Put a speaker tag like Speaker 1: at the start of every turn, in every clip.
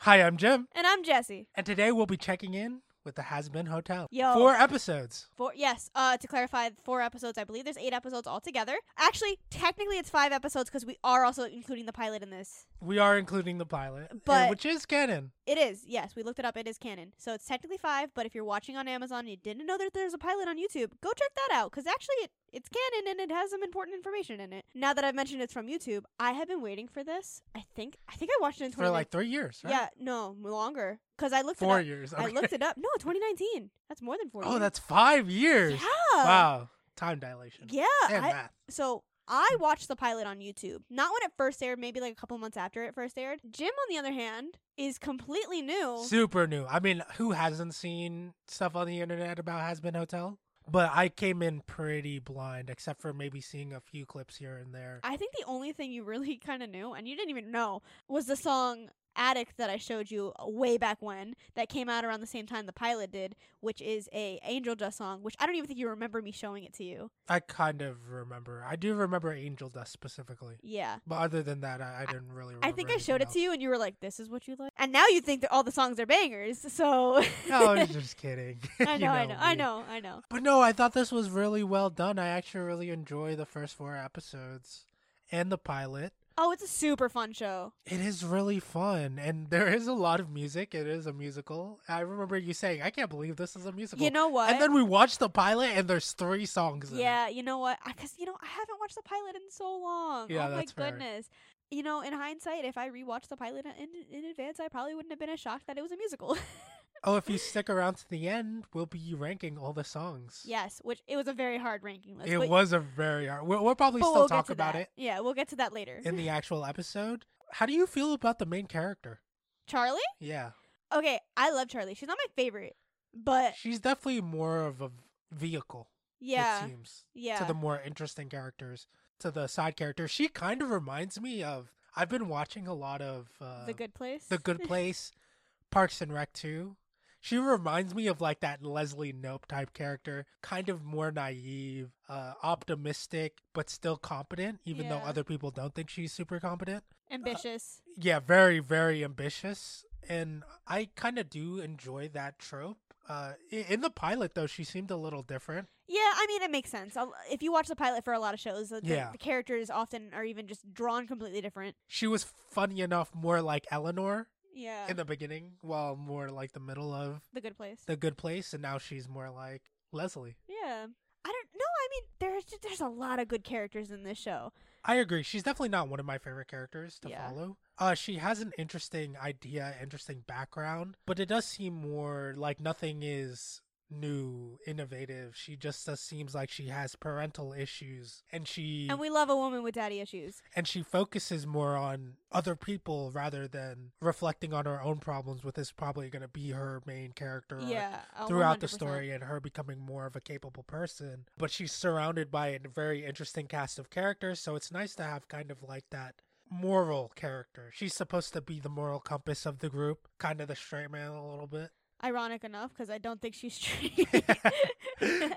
Speaker 1: Hi, I'm Jim,
Speaker 2: And I'm Jesse.
Speaker 1: and today we'll be checking in with the Has Been Hotel.
Speaker 2: Yo.
Speaker 1: Four episodes.
Speaker 2: Four, yes, uh, to clarify, four episodes. I believe there's eight episodes altogether. Actually, technically, it's five episodes because we are also including the pilot in this.
Speaker 1: We are including the pilot, and-
Speaker 2: But-
Speaker 1: which is canon.
Speaker 2: It is, yes, we looked it up. It is canon. So it's technically five, but if you're watching on Amazon and you didn't know that there's a pilot on YouTube, go check that out because actually it, it's canon and it has some important information in it. Now that I've mentioned it's from YouTube, I have been waiting for this. I think I think I watched it in
Speaker 1: For
Speaker 2: 2019.
Speaker 1: like three years, right?
Speaker 2: Yeah, no, longer. Because I looked
Speaker 1: Four
Speaker 2: it up.
Speaker 1: years.
Speaker 2: I
Speaker 1: okay.
Speaker 2: looked it up. No, 2019. That's more than four
Speaker 1: Oh,
Speaker 2: years.
Speaker 1: that's five years.
Speaker 2: Yeah.
Speaker 1: Wow. Time dilation.
Speaker 2: Yeah.
Speaker 1: And
Speaker 2: I-
Speaker 1: math.
Speaker 2: so I watched the pilot on YouTube. Not when it first aired, maybe like a couple months after it first aired. Jim, on the other hand, is completely new.
Speaker 1: Super new. I mean, who hasn't seen stuff on the internet about Has Been Hotel? But I came in pretty blind, except for maybe seeing a few clips here and there.
Speaker 2: I think the only thing you really kind of knew, and you didn't even know, was the song Addict that I showed you way back when that came out around the same time the pilot did, which is a Angel Dust song, which I don't even think you remember me showing it to you.
Speaker 1: I kind of remember. I do remember Angel Dust specifically.
Speaker 2: Yeah.
Speaker 1: But other than that, I, I didn't really remember.
Speaker 2: I think I showed it to
Speaker 1: anything
Speaker 2: you and you were like, this is what you like. And now you think that all the songs are bangers.
Speaker 1: Oh,
Speaker 2: So
Speaker 1: else. no, I'm just kidding.
Speaker 2: I
Speaker 1: You
Speaker 2: know, I know, I
Speaker 1: me.
Speaker 2: know, I know.
Speaker 1: But no, I thought this was really well done. I actually really enjoy the first four episodes and the pilot.
Speaker 2: Oh, it's a super fun show.
Speaker 1: It is really fun, and there is a lot of music. It is a musical. I remember you saying, "I can't believe this is a musical."
Speaker 2: You know what?
Speaker 1: and then we watched the pilot, and there's three songs. in it.
Speaker 2: yeah, you know what? Because you know I haven't watched the pilot in so long.
Speaker 1: Yeah,
Speaker 2: oh
Speaker 1: that's
Speaker 2: my
Speaker 1: fair.
Speaker 2: goodness. You know, in hindsight, if I rewatched the pilot in, in advance, I probably wouldn't have been as shocked that it was a musical.
Speaker 1: Oh, if you stick around to the end, we'll be ranking all the songs.
Speaker 2: yes, which it was a very hard ranking list.
Speaker 1: It
Speaker 2: but,
Speaker 1: was a very hard. We'll, we'll probably
Speaker 2: but
Speaker 1: still
Speaker 2: we'll get
Speaker 1: talk
Speaker 2: to
Speaker 1: about
Speaker 2: that.
Speaker 1: it
Speaker 2: Yeah, we'll get to that later.
Speaker 1: in the actual episode. How do you feel about the main character?
Speaker 2: Charlie?
Speaker 1: Yeah,
Speaker 2: Okay, I love Charlie. She's not my favorite, but
Speaker 1: she's definitely more of a vehicle.
Speaker 2: yeah,
Speaker 1: it seems.
Speaker 2: yeah.
Speaker 1: to the more interesting characters, to the side characters. She kind of reminds me of. I've been watching a lot of uh,
Speaker 2: the Good Place.
Speaker 1: The Good Place, Parks and Rec too. She reminds me of like that Leslie Nope type character, kind of more naive, uh, optimistic, but still competent, even though
Speaker 2: Yeah.
Speaker 1: other people don't think she's super competent.
Speaker 2: Ambitious.
Speaker 1: Yeah, very, very ambitious. And I kind of do enjoy that trope. Uh, i- in the pilot, though, she seemed a little different.
Speaker 2: Yeah, I mean it makes sense. I'll, if you watch the pilot for a lot of shows, the, the-
Speaker 1: Yeah.
Speaker 2: the characters often are even just drawn completely different.
Speaker 1: She was funny enough, more like Eleanor
Speaker 2: Yeah,
Speaker 1: in the beginning, while more like the middle of
Speaker 2: the good place.
Speaker 1: the good place, and now she's more like Leslie.
Speaker 2: yeah, I don't know. I mean, there's just, there's a lot of good characters in this show.
Speaker 1: I agree. She's definitely not one of my favorite characters to
Speaker 2: Yeah.
Speaker 1: follow. Uh, she has an interesting idea, interesting background, but it does seem more like nothing is new, innovative. She just does seems like she has parental issues, and she
Speaker 2: And we love a woman with daddy issues.
Speaker 1: and she focuses more on other people rather than reflecting on her own problems. With is probably going to be her main character arc
Speaker 2: Yeah, a
Speaker 1: throughout the
Speaker 2: 100%.
Speaker 1: story and her becoming more of a capable person. But she's surrounded by a very interesting cast of characters, so it's nice to have kind of like that moral character. She's supposed to be the moral compass of the group, kind of the straight man a little bit.
Speaker 2: Ironic enough, because I don't think she's straight.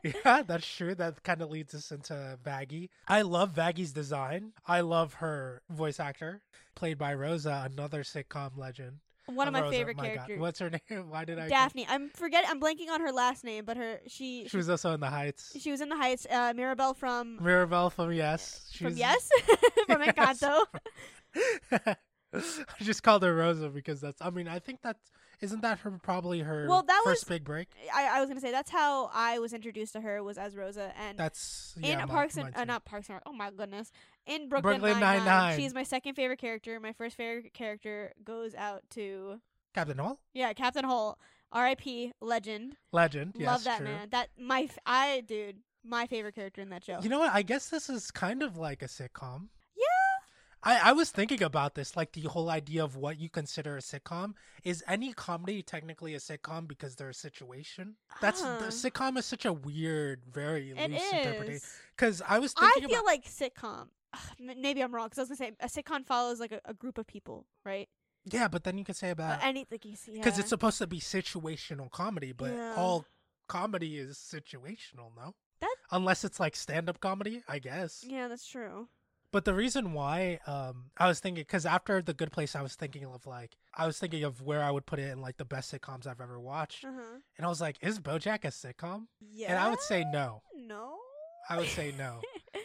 Speaker 1: yeah, that's true. That kind of leads us into Vaggie. I love Vaggie's design. I love her voice actor, played by Rosa, another sitcom legend.
Speaker 2: One of my
Speaker 1: Rosa,
Speaker 2: favorite
Speaker 1: God.
Speaker 2: characters,
Speaker 1: What's her name? Why did I?
Speaker 2: Daphne. I'm forget. I'm blanking on her last name, but her she
Speaker 1: She was also in the Heights.
Speaker 2: she, was in the Heights. Uh, Mirabelle from
Speaker 1: Mirabelle from Yes. She
Speaker 2: from
Speaker 1: was-
Speaker 2: Yes from
Speaker 1: Yes.
Speaker 2: Encanto.
Speaker 1: I just called her Rosa because that's. I mean, I think that isn't that her probably her
Speaker 2: Well, that
Speaker 1: first
Speaker 2: was-
Speaker 1: big break.
Speaker 2: I, I was gonna say that's how I was introduced to her was as Rosa and
Speaker 1: That's
Speaker 2: in
Speaker 1: yeah, my-
Speaker 2: Parks and
Speaker 1: mine
Speaker 2: uh,
Speaker 1: too.
Speaker 2: not Parks and Rec. Oh my goodness, in Brooklyn,
Speaker 1: Brooklyn
Speaker 2: Nine Nine,
Speaker 1: Nine-Nine.
Speaker 2: she's my second favorite character. My first favorite character goes out to
Speaker 1: Captain Hall,
Speaker 2: yeah Captain Holt, R.I.P. Legend.
Speaker 1: legend. Yes,
Speaker 2: Love that
Speaker 1: true.
Speaker 2: man. That my f- I dude my favorite character in that show.
Speaker 1: You know what? I guess this is kind of like a sitcom.
Speaker 2: Yeah.
Speaker 1: I, I was thinking about this, like the whole idea of what you consider a sitcom. Is any comedy technically a sitcom because they're a situation? That's the
Speaker 2: Huh.
Speaker 1: sitcom is such a weird, very loose
Speaker 2: it
Speaker 1: interpretation.
Speaker 2: is.
Speaker 1: Because I was
Speaker 2: I
Speaker 1: thinking
Speaker 2: feel
Speaker 1: about
Speaker 2: like sitcom. Ugh, m- maybe I'm wrong because I was gonna say a sitcom follows like a, a group of people, right?
Speaker 1: yeah, but then you could say
Speaker 2: Uh,
Speaker 1: about
Speaker 2: anything you see.
Speaker 1: because it's supposed to be situational comedy, but
Speaker 2: Yeah.
Speaker 1: all comedy is situational, no?
Speaker 2: That-
Speaker 1: Unless it's like stand up comedy, I guess.
Speaker 2: yeah, that's true.
Speaker 1: But the reason why um, I was thinking, because after The Good Place, I was thinking of like, I was thinking of where I would put it in like the best sitcoms I've ever watched.
Speaker 2: Uh-huh.
Speaker 1: And I was like, is Bojack a sitcom?
Speaker 2: Yeah.
Speaker 1: And I would say no.
Speaker 2: no.
Speaker 1: I would say no.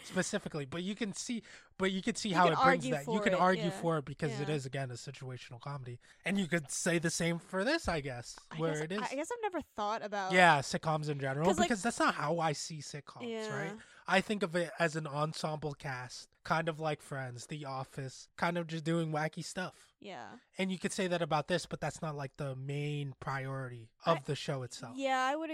Speaker 1: specifically but you can see but you can see
Speaker 2: You
Speaker 1: how
Speaker 2: can
Speaker 1: it brings
Speaker 2: argue
Speaker 1: that you
Speaker 2: for
Speaker 1: can
Speaker 2: it,
Speaker 1: argue
Speaker 2: yeah.
Speaker 1: for it because it
Speaker 2: Yeah.
Speaker 1: is again a situational comedy and you could say the same for this i guess
Speaker 2: I
Speaker 1: where
Speaker 2: guess,
Speaker 1: it is
Speaker 2: I guess I've never thought about.
Speaker 1: yeah sitcoms in general
Speaker 2: 'Cause,
Speaker 1: because
Speaker 2: like-
Speaker 1: that's not how i see sitcoms right
Speaker 2: Yeah.
Speaker 1: i think of it as an ensemble cast kind of like friends the office kind of just doing wacky stuff
Speaker 2: Yeah.
Speaker 1: and you could say that about this but that's not like the main priority
Speaker 2: I-
Speaker 1: of the show itself
Speaker 2: Yeah, I would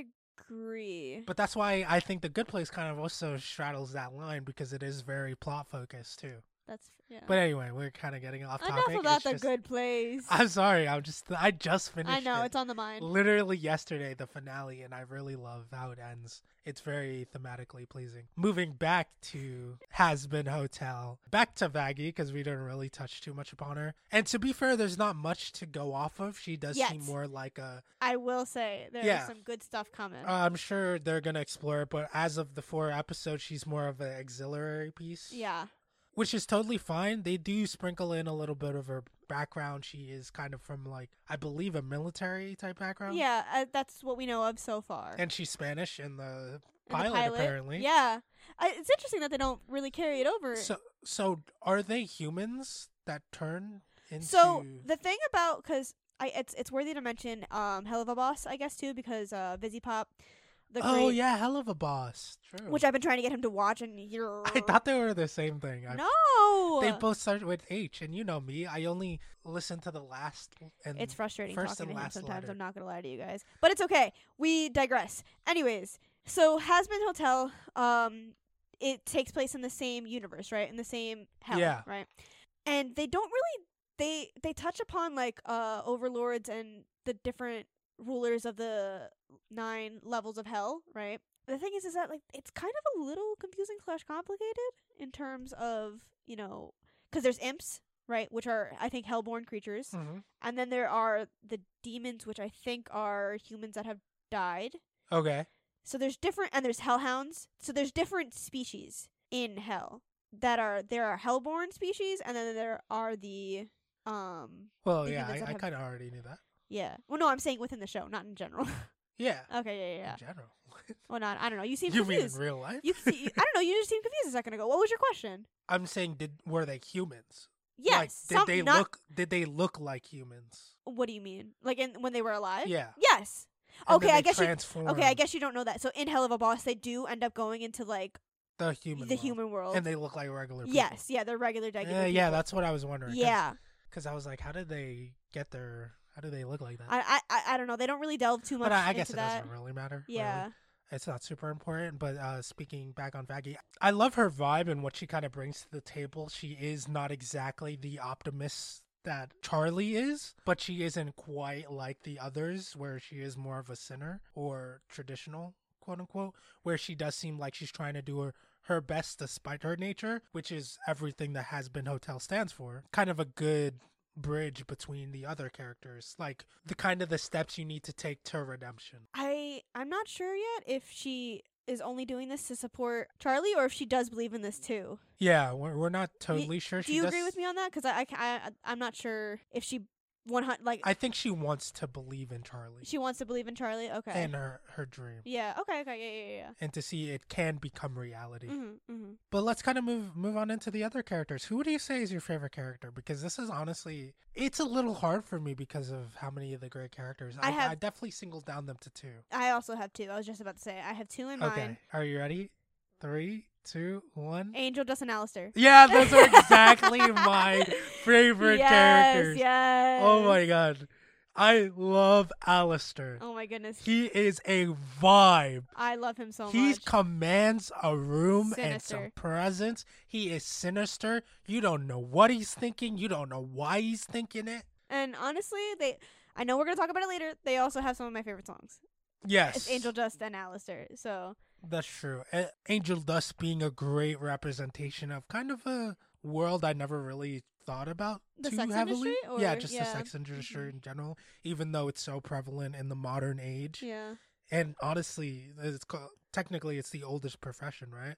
Speaker 2: agree.
Speaker 1: but that's why i think the good place kind of also straddles that line because it is very plot focused too
Speaker 2: That's yeah.
Speaker 1: But anyway, we're kind of getting off
Speaker 2: enough
Speaker 1: topic.
Speaker 2: about
Speaker 1: It's
Speaker 2: the
Speaker 1: just-
Speaker 2: good place. I,
Speaker 1: I'm sorry. I'm just. I just finished.
Speaker 2: know
Speaker 1: it.
Speaker 2: it's on the mind.
Speaker 1: literally yesterday the finale, and I really love how it ends. It's very thematically pleasing. Moving back to Has Been Hotel, back to Vaggie because we didn't really touch too much upon her. And to be fair, there's not much to go off of. She does
Speaker 2: Yet.
Speaker 1: seem more like a.
Speaker 2: I will say there
Speaker 1: Yeah. Uh,
Speaker 2: is some good stuff coming.
Speaker 1: I'm sure they're gonna explore it, but as of the four episodes, she's more of an auxiliary piece.
Speaker 2: yeah.
Speaker 1: which is totally fine. They do sprinkle in a little bit of her background. She is kind of from like I believe a military type background.
Speaker 2: Yeah, uh, that's what we know of so far.
Speaker 1: um and she's Spanish in the
Speaker 2: And the
Speaker 1: pilot, apparently.
Speaker 2: Yeah. I, it's interesting that they don't really carry it over.
Speaker 1: So so are they humans that turn into?
Speaker 2: So the thing about because I it's it's worthy to mention um Hell of a Boss I guess too because uh Vizzy Pop the
Speaker 1: oh
Speaker 2: great,
Speaker 1: yeah, hell of a boss. True.
Speaker 2: which I've been trying to get him to watch and you're
Speaker 1: I thought they were the same thing. I-
Speaker 2: no
Speaker 1: They both start with H, and you know me. I only listen to the last and
Speaker 2: It's frustrating
Speaker 1: first
Speaker 2: talking
Speaker 1: and
Speaker 2: to him
Speaker 1: last
Speaker 2: sometimes.
Speaker 1: letter.
Speaker 2: I'm not gonna lie to you guys, but it's okay. We digress. Anyways, so Hasbin Hotel, um, it takes place in the same universe, right? In the same hell,
Speaker 1: Yeah.
Speaker 2: right? And they don't really they they touch upon like uh overlords and the different rulers of the nine levels of hell, right? The thing is, is that like it's kind of a little confusing slash complicated in terms of you know because there's imps, right, which are I think hellborn creatures.
Speaker 1: Mhm.
Speaker 2: And then there are the demons, which I think are humans that have died.
Speaker 1: Okay.
Speaker 2: So there's different, and there's hellhounds. So there's different species in hell that are there are hellborn species, and then there are the um
Speaker 1: Well,
Speaker 2: The
Speaker 1: yeah,
Speaker 2: humans
Speaker 1: I,
Speaker 2: that
Speaker 1: I
Speaker 2: have-
Speaker 1: kind of already knew that.
Speaker 2: yeah. Well, no, I'm saying within the show, not in general.
Speaker 1: Yeah.
Speaker 2: okay, yeah, yeah, yeah.
Speaker 1: In general.
Speaker 2: Well, not I don't know. You seem
Speaker 1: you mean in
Speaker 2: confused.
Speaker 1: real life?
Speaker 2: you see, I don't know. You just seemed confused a second ago. What was your question?
Speaker 1: I'm saying, did were they humans?
Speaker 2: Yes.
Speaker 1: Like, did
Speaker 2: some-
Speaker 1: they
Speaker 2: not-
Speaker 1: look? Did they look like humans?
Speaker 2: What do you mean? Like in when they were alive?
Speaker 1: Yeah.
Speaker 2: Yes.
Speaker 1: And then
Speaker 2: Okay, I
Speaker 1: they
Speaker 2: guess you-
Speaker 1: transform
Speaker 2: Okay, I guess you don't know that. So in Hell of a Boss, they do end up going into like
Speaker 1: the human.
Speaker 2: the
Speaker 1: world.
Speaker 2: human world.
Speaker 1: And they look like regular people.
Speaker 2: yes, yeah, they're regular
Speaker 1: Yeah,
Speaker 2: regular
Speaker 1: yeah,
Speaker 2: people.
Speaker 1: that's what I was wondering.
Speaker 2: yeah.
Speaker 1: Because I was like, how did they get their? How do they look like that?
Speaker 2: I, I I- I don't know. They don't really delve too much
Speaker 1: but I, I
Speaker 2: into
Speaker 1: guess it
Speaker 2: that.
Speaker 1: doesn't really matter. really.
Speaker 2: yeah,
Speaker 1: It's not super important, but uh, speaking back on Vaggie, I love her vibe and what she kind of brings to the table. She is not exactly the optimist that Charlie is, but she isn't quite like the others, where she is more of a sinner or traditional, quote unquote, where she does seem like she's trying to do her. Her best despite her nature, which is everything that Has Been Hotel stands for. Kind of a good bridge between the other characters, like the kind of the steps you need to take to redemption.
Speaker 2: I I'm not sure yet if she is only doing this to support Charlie or if she does believe in this too.
Speaker 1: Yeah, we're, we're not totally sure.
Speaker 2: do
Speaker 1: she
Speaker 2: you
Speaker 1: does,
Speaker 2: agree with me on that? Because I, I ca- I I'm not sure if she one hundred like
Speaker 1: I think she wants to believe in Charlie
Speaker 2: she wants to believe in Charlie. Okay.
Speaker 1: and her her dream,
Speaker 2: yeah. Okay. Okay. Yeah. Yeah.
Speaker 1: and to see it can become reality.
Speaker 2: Yeah. Mm-hmm, mm-hmm.
Speaker 1: But let's kind of move move on into the other characters. Who do you say is your favorite character? Because this is honestly, it's a little hard for me because of how many of the great characters.
Speaker 2: I have-
Speaker 1: I definitely singled down them to two.
Speaker 2: I also have two. I was just about to say I have two in
Speaker 1: Okay,
Speaker 2: mind.
Speaker 1: are you ready? Three, two, one.
Speaker 2: Angel, Justin, Alistair.
Speaker 1: Yeah, those are exactly my favorite
Speaker 2: yes,
Speaker 1: characters.
Speaker 2: Yes.
Speaker 1: Oh my god, I love Alistair.
Speaker 2: Oh my goodness.
Speaker 1: He is a vibe.
Speaker 2: I love him so
Speaker 1: he
Speaker 2: much.
Speaker 1: commands a room and some
Speaker 2: Sinister.
Speaker 1: presence. He is sinister. You don't know what he's thinking. You don't know why he's thinking it.
Speaker 2: And honestly, they I know we're gonna talk about it later. They also have some of my favorite songs.
Speaker 1: Yes,
Speaker 2: It's Angel Dust and Alistair. So
Speaker 1: That's true. A- Angel Dust being a great representation of kind of a world I never really thought about
Speaker 2: The
Speaker 1: too
Speaker 2: sex
Speaker 1: heavily.
Speaker 2: industry,
Speaker 1: yeah,
Speaker 2: or-
Speaker 1: just the
Speaker 2: yeah. Mm-hmm.
Speaker 1: sex industry in general, even though it's so prevalent in the modern age.
Speaker 2: yeah.
Speaker 1: And honestly, it's called, technically it's the oldest profession, right?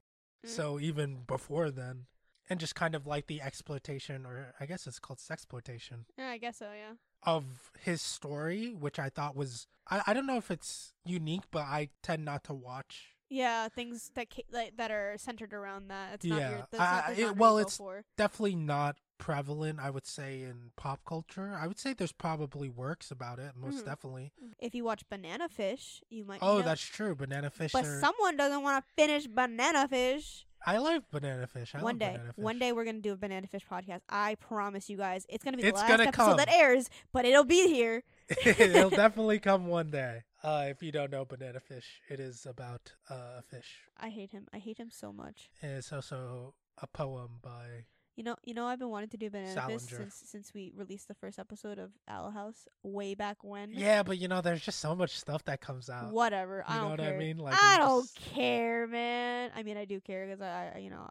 Speaker 2: Mm.
Speaker 1: So even before then, and just kind of like the exploitation, or I guess it's called sexploitation,
Speaker 2: Yeah, I guess so. Yeah.
Speaker 1: of his story, which I thought was I, I don't know if it's unique, but I tend not to watch.
Speaker 2: Yeah, things that ca- like, that are centered around that. It's not
Speaker 1: Yeah,
Speaker 2: your, that's not
Speaker 1: I-
Speaker 2: the
Speaker 1: I- it-
Speaker 2: genre you
Speaker 1: well,
Speaker 2: go
Speaker 1: it's-
Speaker 2: for.
Speaker 1: Definitely not prevalent, I would say, in pop culture. I would say there's probably works about it, most
Speaker 2: Mhm.
Speaker 1: definitely.
Speaker 2: If you watch Banana Fish, you might.
Speaker 1: Oh,
Speaker 2: know.
Speaker 1: that's true. Banana fish.
Speaker 2: But
Speaker 1: are-
Speaker 2: someone doesn't want to finish Banana Fish.
Speaker 1: I like banana fish. I
Speaker 2: one
Speaker 1: love
Speaker 2: day,
Speaker 1: banana fish.
Speaker 2: one day we're gonna do a Banana Fish podcast. I promise you guys, it's gonna be
Speaker 1: It's
Speaker 2: the last
Speaker 1: gonna
Speaker 2: episode
Speaker 1: come.
Speaker 2: that airs, but it'll be here.
Speaker 1: It'll definitely come one day. Uh, if you don't know banana fish, it is about uh, a fish.
Speaker 2: I hate him. I hate him so much.
Speaker 1: And It's also a poem by.
Speaker 2: You know, you know, I've been wanting to do Banana Fish
Speaker 1: Salinger.
Speaker 2: since since we released the first episode of Owl House way back when.
Speaker 1: Yeah, but you know, there's just so much stuff that comes out.
Speaker 2: Whatever. I
Speaker 1: You
Speaker 2: don't
Speaker 1: know what I
Speaker 2: care.
Speaker 1: mean? Like,
Speaker 2: I
Speaker 1: we
Speaker 2: don't
Speaker 1: just-
Speaker 2: care, man. I mean, I do care because I, I, you know,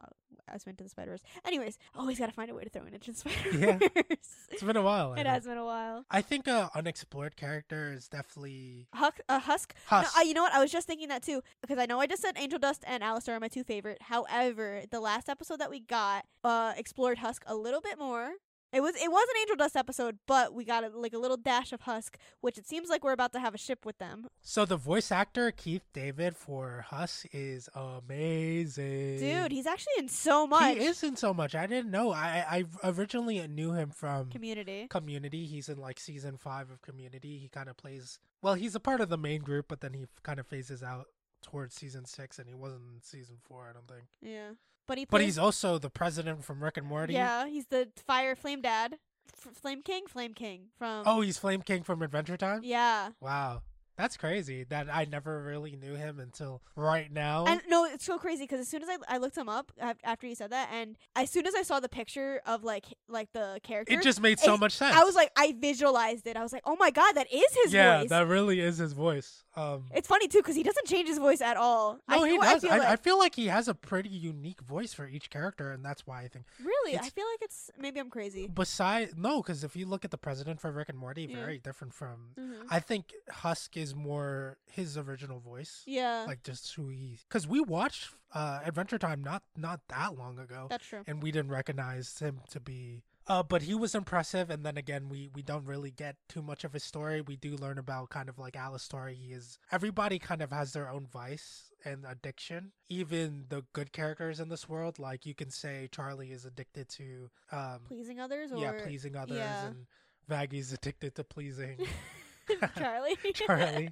Speaker 2: I was into the Spider Verse. Anyways, always gotta find a way to throw an into the Spider Verse.
Speaker 1: It's been a while. I
Speaker 2: it
Speaker 1: know.
Speaker 2: has been a while.
Speaker 1: I think a unexplored character is definitely
Speaker 2: Huck, uh, Husk. No,
Speaker 1: Husk.
Speaker 2: I, you know what? I was just thinking that too because I know I just said Angel Dust and Alistair are my two favorite. However, the last episode that we got uh explored Husk a little bit more. It was it was an Angel Dust episode, but we got a, like a little dash of Husk, which it seems like we're about to have a ship with them.
Speaker 1: so the voice actor Keith David for Huss is amazing.
Speaker 2: Dude, he's actually in so much
Speaker 1: he is in so much. I didn't know. I I originally knew him from
Speaker 2: community.
Speaker 1: Community. He's in like season five of Community. He kind of plays. Well, he's a part of the main group, but then he kind of phases out towards season six, and he wasn't in season four. I don't think.
Speaker 2: Yeah, but he.
Speaker 1: But
Speaker 2: plays-
Speaker 1: he's also the president from Rick and Morty.
Speaker 2: Yeah, he's the fire flame dad, F- flame king, flame king from.
Speaker 1: Oh, he's Flame King from Adventure Time.
Speaker 2: yeah.
Speaker 1: Wow. That's crazy that I never really knew him until right now.
Speaker 2: And no, it's so crazy because as soon as I, I looked him up af- after you said that, and as soon as I saw the picture of like h- like the character,
Speaker 1: it just made so
Speaker 2: it-
Speaker 1: much sense.
Speaker 2: I was like, I visualized it. I was like, oh my god, that is his
Speaker 1: yeah,
Speaker 2: voice.
Speaker 1: that really is his voice. Um,
Speaker 2: it's funny too because he doesn't change his voice at all.
Speaker 1: no,
Speaker 2: I
Speaker 1: he
Speaker 2: feel,
Speaker 1: does. I
Speaker 2: I feel
Speaker 1: I,
Speaker 2: like,
Speaker 1: feel like he has a pretty unique voice for each character, and that's why I think.
Speaker 2: really, I
Speaker 1: it's-
Speaker 2: feel like it's maybe I'm crazy.
Speaker 1: Besides, no, because if you look at the president for Rick and Morty,
Speaker 2: Yeah.
Speaker 1: very different from.
Speaker 2: Mhm.
Speaker 1: I think Husk is more his original voice,
Speaker 2: Yeah,
Speaker 1: like just who he. Because we watched uh, Adventure Time not not that long ago,
Speaker 2: that's true.
Speaker 1: and we didn't recognize him to be uh but he was impressive and then again we we don't really get too much of his story we do learn about kind of like alice's story he is everybody kind of has their own vice and addiction even the good characters in this world like you can say charlie is addicted to um
Speaker 2: Pleasing others or
Speaker 1: yeah pleasing others
Speaker 2: yeah.
Speaker 1: and maggie's addicted to pleasing
Speaker 2: Charlie.
Speaker 1: charlie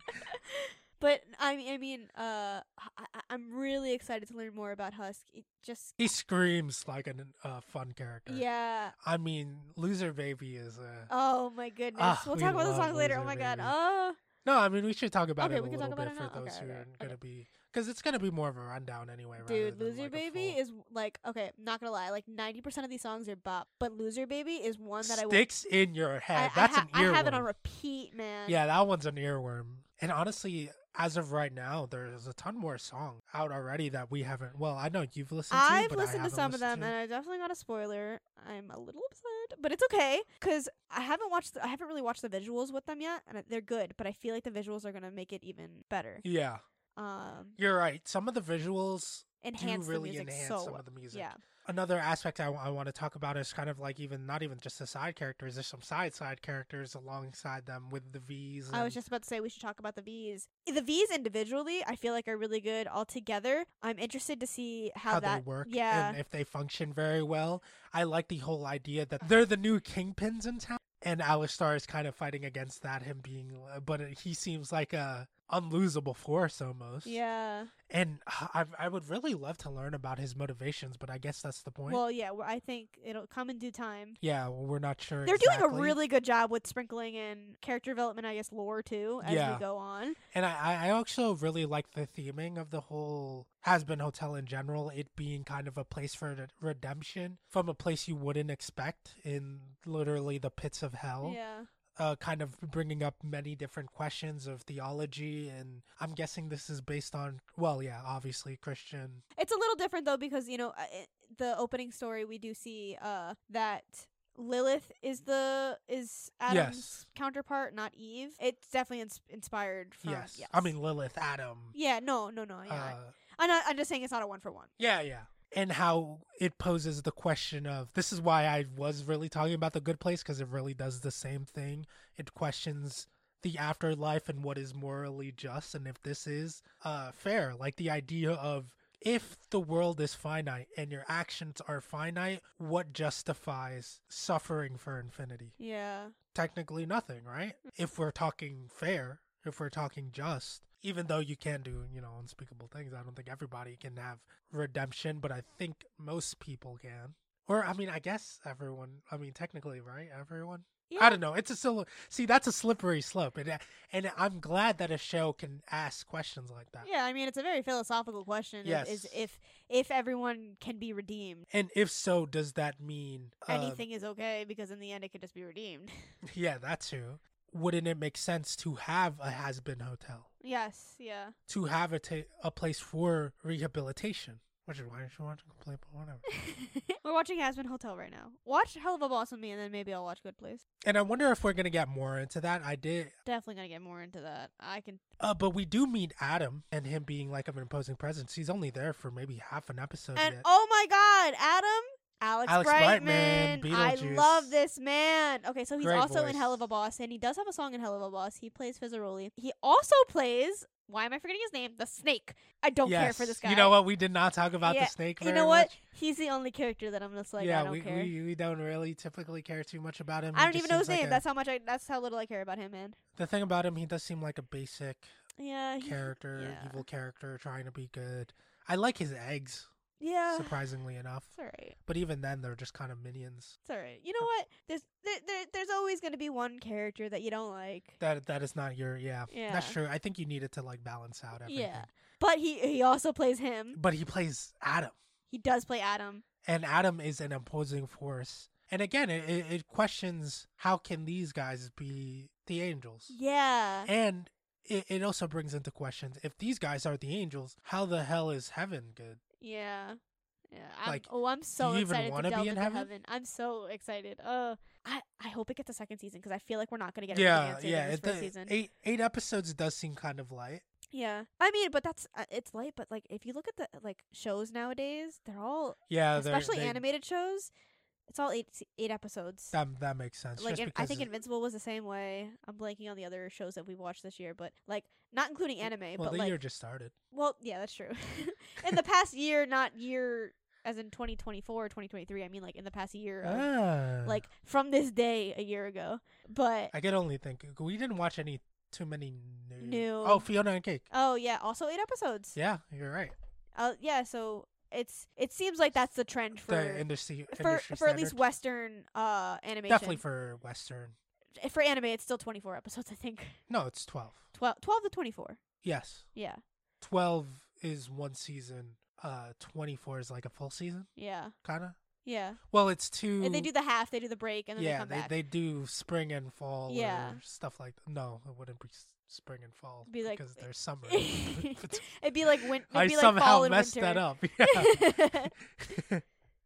Speaker 2: But I mean, I mean, uh, I, I- I'm really excited to learn more about Husk. It just,
Speaker 1: he screams like a uh, fun character
Speaker 2: yeah.
Speaker 1: i mean loser baby is a
Speaker 2: Oh my goodness.
Speaker 1: Ah,
Speaker 2: we'll
Speaker 1: we
Speaker 2: talk about the
Speaker 1: love
Speaker 2: song later. Oh
Speaker 1: Loser
Speaker 2: my god.
Speaker 1: Baby.
Speaker 2: Oh,
Speaker 1: No, I mean we should talk about
Speaker 2: Okay,
Speaker 1: it a
Speaker 2: we can
Speaker 1: little
Speaker 2: talk
Speaker 1: bit
Speaker 2: about it
Speaker 1: for
Speaker 2: now?
Speaker 1: those
Speaker 2: Okay,
Speaker 1: who
Speaker 2: okay,
Speaker 1: are gonna be because it's gonna be more of a rundown anyway. rather
Speaker 2: dude,
Speaker 1: than,
Speaker 2: Loser
Speaker 1: like, a
Speaker 2: Baby
Speaker 1: full-
Speaker 2: is like okay. Not gonna lie, like 90% of these songs are bop, but Loser Baby is one that I will.
Speaker 1: sticks in your
Speaker 2: I,
Speaker 1: head.
Speaker 2: I
Speaker 1: That's
Speaker 2: ha-
Speaker 1: an earworm.
Speaker 2: I have it on repeat, man.
Speaker 1: yeah, that one's an earworm. And honestly, as of right now, there's a ton more song out already that we haven't. Well, I know you've listened. to,
Speaker 2: I've
Speaker 1: but
Speaker 2: listened
Speaker 1: I haven't
Speaker 2: to some of them,
Speaker 1: listened
Speaker 2: and
Speaker 1: to.
Speaker 2: I definitely got a spoiler. I'm a little upset, but it's okay because I haven't watched. The, I haven't really watched the visuals with them yet, and they're good. But I feel like the visuals are gonna make it even better.
Speaker 1: Yeah,
Speaker 2: Um,
Speaker 1: you're right. Some of the visuals
Speaker 2: enhance
Speaker 1: do really
Speaker 2: the music
Speaker 1: enhance
Speaker 2: so
Speaker 1: some
Speaker 2: well.
Speaker 1: of the music.
Speaker 2: Yeah,
Speaker 1: another aspect I, want to talk about is kind of like even not even just the side characters. There's some side side characters alongside them with the V's.
Speaker 2: I was
Speaker 1: and-
Speaker 2: just about to say we should talk about the V's. The V's individually, I feel like are really good all together. I'm interested to see how,
Speaker 1: how,
Speaker 2: that
Speaker 1: they work
Speaker 2: Yeah,
Speaker 1: and if they function very well. I like the whole idea that they're the new kingpins in town, and Alistar is kind of fighting against that. Him being, uh, but he seems like a unlosable force almost.
Speaker 2: yeah.
Speaker 1: and I, I would really love to learn about his motivations, but I guess that's the point.
Speaker 2: Well, yeah. Well, I think it'll come in due time.
Speaker 1: yeah, well, we're not sure.
Speaker 2: They're doing a
Speaker 1: exactly.
Speaker 2: really good job with sprinkling in character development, I guess, lore too, as
Speaker 1: Yeah.
Speaker 2: we go on.
Speaker 1: And I- I, I also really like the theming of the whole has been hotel in general, it being kind of a place for re- redemption from a place you wouldn't expect in literally the pits of hell.
Speaker 2: Yeah.
Speaker 1: Uh, kind of bringing up many different questions of theology. And I'm guessing this is based on, well, yeah, obviously Christian.
Speaker 2: It's a little different though because you know uh, it, the opening story we do see uh that Lilith is the is Adam's
Speaker 1: Yes.
Speaker 2: counterpart, not Eve. It's definitely ins- inspired from
Speaker 1: yes. I mean, Lilith, Adam.
Speaker 2: yeah, no, no, no, yeah.
Speaker 1: Uh,
Speaker 2: I'm not, I'm just saying it's not a one for one.
Speaker 1: yeah, yeah. and how it poses the question of this is why I was really talking about the good place because it really does the same thing. It questions the afterlife and what is morally just and if this is uh fair like the idea of if the world is finite and your actions are finite what justifies suffering for infinity
Speaker 2: Yeah.
Speaker 1: technically nothing, right?
Speaker 2: Mm.
Speaker 1: If we're talking fair, if we're talking just, even though you can do, you know, unspeakable things, I don't think everybody can have redemption, but I think most people can. Or, I mean, I guess everyone, I mean, technically, right? Everyone?
Speaker 2: yeah.
Speaker 1: I don't know. It's a still, see, that's a slippery slope. And, and I'm glad that a show can ask questions like that.
Speaker 2: Yeah, I mean it's a very philosophical question. is-
Speaker 1: Yes.
Speaker 2: Is if if everyone can be redeemed,
Speaker 1: And if so, does that mean um,
Speaker 2: anything is okay because in the end it could just be redeemed.
Speaker 1: Yeah, that too. Wouldn't it make sense to have a has been hotel?
Speaker 2: yes. Yeah.
Speaker 1: to have a, ta- a place for rehabilitation. Which is why she wanted to complain, but whatever.
Speaker 2: We're watching Aspen Hotel right now. Watch Hell of a Boss with me, and then maybe I'll watch Good Place.
Speaker 1: and I wonder if we're gonna get more into that. I did,
Speaker 2: Definitely gonna get more into that. I can.
Speaker 1: uh, but we do meet Adam and him being like an imposing presence. He's only there for maybe half an episode.
Speaker 2: And
Speaker 1: yet.
Speaker 2: oh my God, Adam, Alex,
Speaker 1: Alex
Speaker 2: Brightman.
Speaker 1: Brightman,
Speaker 2: I
Speaker 1: Beetlejuice.
Speaker 2: love this man. Okay, so he's
Speaker 1: Great
Speaker 2: also in
Speaker 1: voice.
Speaker 2: Hell of a Boss, and he does have a song in Hell of a Boss. He plays Fizzeroli. He also plays. Why am I forgetting his name? The Snake. I don't care for
Speaker 1: Yes.
Speaker 2: this guy.
Speaker 1: You know what? We did not talk about
Speaker 2: Yeah,
Speaker 1: the snake.
Speaker 2: You
Speaker 1: Very
Speaker 2: know what?
Speaker 1: much.
Speaker 2: He's the only character that I'm just like
Speaker 1: yeah,
Speaker 2: I don't
Speaker 1: we,
Speaker 2: care.
Speaker 1: we we don't really typically care too much about him.
Speaker 2: I
Speaker 1: He
Speaker 2: don't
Speaker 1: just
Speaker 2: even know his
Speaker 1: seems like
Speaker 2: name.
Speaker 1: a-
Speaker 2: That's how much I. That's how little I care about him, man.
Speaker 1: the thing about him. He does seem like a basic
Speaker 2: Yeah. He,
Speaker 1: character,
Speaker 2: yeah.
Speaker 1: evil character, trying to be good. I like his eggs,
Speaker 2: yeah.
Speaker 1: surprisingly enough.
Speaker 2: It's alright.
Speaker 1: But even then, they're just kind of minions.
Speaker 2: It's alright. You know what? There's there, there, there's always gonna be one character that you don't like.
Speaker 1: That that is not your yeah. That's
Speaker 2: Yeah.
Speaker 1: true. I think you need it to like balance out everything.
Speaker 2: Yeah. But he he also plays him.
Speaker 1: But he plays Adam,
Speaker 2: He does play Adam.
Speaker 1: and Adam is an opposing force. And again, it, it, it questions how can these guys be the angels?
Speaker 2: Yeah.
Speaker 1: And it, it also brings into questions if these guys are the angels, how the hell is heaven good?
Speaker 2: Yeah. Yeah. I'm,
Speaker 1: Like,
Speaker 2: oh, I'm so
Speaker 1: you even
Speaker 2: excited to
Speaker 1: wanna be
Speaker 2: delve
Speaker 1: in
Speaker 2: into heaven?
Speaker 1: heaven?
Speaker 2: I'm so excited. Uh, I I hope it gets a second season because I feel like we're not gonna get everything
Speaker 1: yeah,
Speaker 2: answered
Speaker 1: yeah.
Speaker 2: in this
Speaker 1: It,
Speaker 2: first
Speaker 1: the-
Speaker 2: season.
Speaker 1: eight eight episodes does seem kind of light.
Speaker 2: yeah. I mean, but that's uh, it's late. But like, if you look at the like shows nowadays, they're all
Speaker 1: Yeah, they're-
Speaker 2: especially
Speaker 1: they-
Speaker 2: animated shows. It's all eight se- eight episodes.
Speaker 1: That that makes sense.
Speaker 2: like
Speaker 1: just
Speaker 2: in,
Speaker 1: because
Speaker 2: I think
Speaker 1: it-
Speaker 2: Invincible was the same way. I'm blanking on the other shows that we watched this year, but like not including anime,
Speaker 1: well,
Speaker 2: but
Speaker 1: the
Speaker 2: like
Speaker 1: year just started.
Speaker 2: well, yeah, that's true. in the past year, not year as in 2024 or 2023. I mean like in the past year, of,
Speaker 1: Ah.
Speaker 2: like from this day a year ago. But
Speaker 1: I could only think we didn't watch any too many new.
Speaker 2: New.
Speaker 1: Oh, Fiona and Cake.
Speaker 2: oh yeah, also eight episodes. Yeah.
Speaker 1: Yeah, you're right.
Speaker 2: Uh, yeah, so it's it seems like that's the trend for
Speaker 1: the industry
Speaker 2: for
Speaker 1: industry
Speaker 2: for at least
Speaker 1: standard.
Speaker 2: Western uh animation.
Speaker 1: definitely for Western.
Speaker 2: for anime, it's still 24 episodes. I think
Speaker 1: No, it's twelve.
Speaker 2: 12, 12 to 24.
Speaker 1: Yes,
Speaker 2: Yeah,
Speaker 1: twelve is one season. Uh, twenty four is like a full season,
Speaker 2: yeah,
Speaker 1: kind of.
Speaker 2: yeah.
Speaker 1: Well, it's two.
Speaker 2: And they do the half, they do the break, and then they
Speaker 1: yeah,
Speaker 2: come
Speaker 1: they,
Speaker 2: back.
Speaker 1: they do spring and fall
Speaker 2: Yeah.
Speaker 1: or stuff like No, it wouldn't be s- spring and fall
Speaker 2: Be like-
Speaker 1: because there's summer.
Speaker 2: it'd be like win. It'd
Speaker 1: I
Speaker 2: be like
Speaker 1: somehow
Speaker 2: fall and
Speaker 1: messed
Speaker 2: winter.
Speaker 1: that up. Yeah.
Speaker 2: Oh.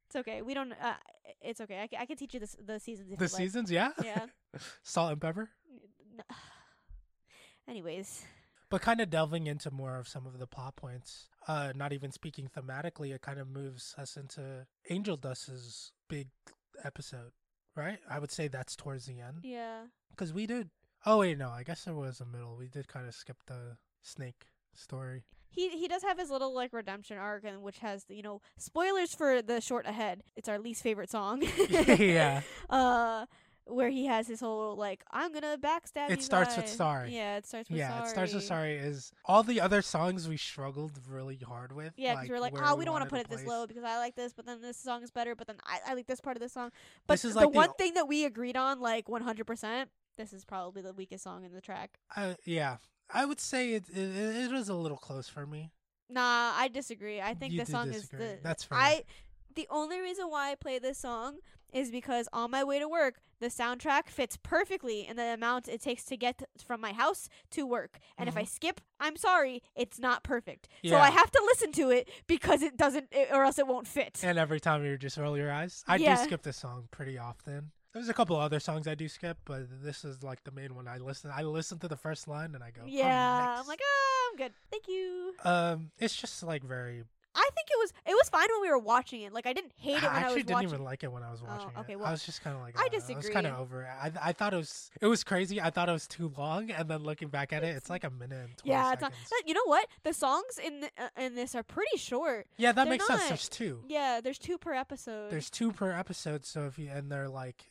Speaker 2: it's okay. We don't. Uh, it's okay. I, c- I can teach you this, the seasons. If
Speaker 1: the
Speaker 2: you'd like.
Speaker 1: seasons, yeah?
Speaker 2: Yeah.
Speaker 1: Salt and pepper?
Speaker 2: N- Anyways,
Speaker 1: but kind of delving into more of some of the plot points uh not even speaking thematically it kind of moves us into angel dust's big episode right i would say that's towards the end
Speaker 2: yeah.
Speaker 1: because we did oh wait no i guess there was a middle we did kind of skip the snake story
Speaker 2: He he does have his little like redemption arc, and which has you know spoilers for the short ahead. It's our least favorite song.
Speaker 1: yeah
Speaker 2: Uh, where he has his whole like I'm gonna backstab.
Speaker 1: It
Speaker 2: you
Speaker 1: starts with
Speaker 2: guy."
Speaker 1: sorry.
Speaker 2: Yeah, it starts with
Speaker 1: yeah
Speaker 2: sorry.
Speaker 1: it starts with sorry is all the other songs we struggled really hard with
Speaker 2: Yeah, because we were like,
Speaker 1: where
Speaker 2: oh, we don't want to put
Speaker 1: wanted
Speaker 2: it this
Speaker 1: place."
Speaker 2: low because I like this, but then this song is better, but then I, I like this part of this song. But
Speaker 1: This is
Speaker 2: the
Speaker 1: like the-
Speaker 2: one thing that we agreed on, like 100%, this is probably the weakest song in the track.
Speaker 1: uh, yeah i would say it, it it was a little close for me
Speaker 2: Nah, I disagree. I think
Speaker 1: You
Speaker 2: this
Speaker 1: do
Speaker 2: song
Speaker 1: disagree.
Speaker 2: is the.
Speaker 1: That's fair.
Speaker 2: I. The only reason why I play this song is because on my way to work, the soundtrack fits perfectly in the amount it takes to get from my house to work. And if I skip, I'm sorry, it's not perfect. So I
Speaker 1: Mm-hmm. Yeah.
Speaker 2: have to listen to it because it doesn't, or else it won't fit.
Speaker 1: And every time you just roll your eyes. I
Speaker 2: Yeah.
Speaker 1: do skip this song pretty often. There's a couple other songs I do skip, but this is like the main one I listen. I listen to the first line and I go, Oh, "I'm
Speaker 2: Yeah, I'm,
Speaker 1: next."
Speaker 2: like, ah, I'm good. Thank you.
Speaker 1: um, it's just like very
Speaker 2: I think it was it was fine when we were watching it. Like I didn't hate it
Speaker 1: I
Speaker 2: when I,
Speaker 1: actually
Speaker 2: was
Speaker 1: didn't
Speaker 2: watching. Oh,
Speaker 1: even like it when I was watching
Speaker 2: okay,
Speaker 1: it.
Speaker 2: well,
Speaker 1: I was just kind of like,
Speaker 2: I
Speaker 1: "Ah," I was kind
Speaker 2: disagree.
Speaker 1: of over it. I, I thought it was, it was crazy. I thought it was too long. And then looking back at it, it's like a minute and 20
Speaker 2: yeah, it's
Speaker 1: seconds.
Speaker 2: not, but you know what? The songs in th- uh, in this are pretty short.
Speaker 1: yeah, that
Speaker 2: they're
Speaker 1: makes sense.
Speaker 2: not-
Speaker 1: There's two.
Speaker 2: Yeah, there's two per episode.
Speaker 1: There's two per episode. So if you, and they're like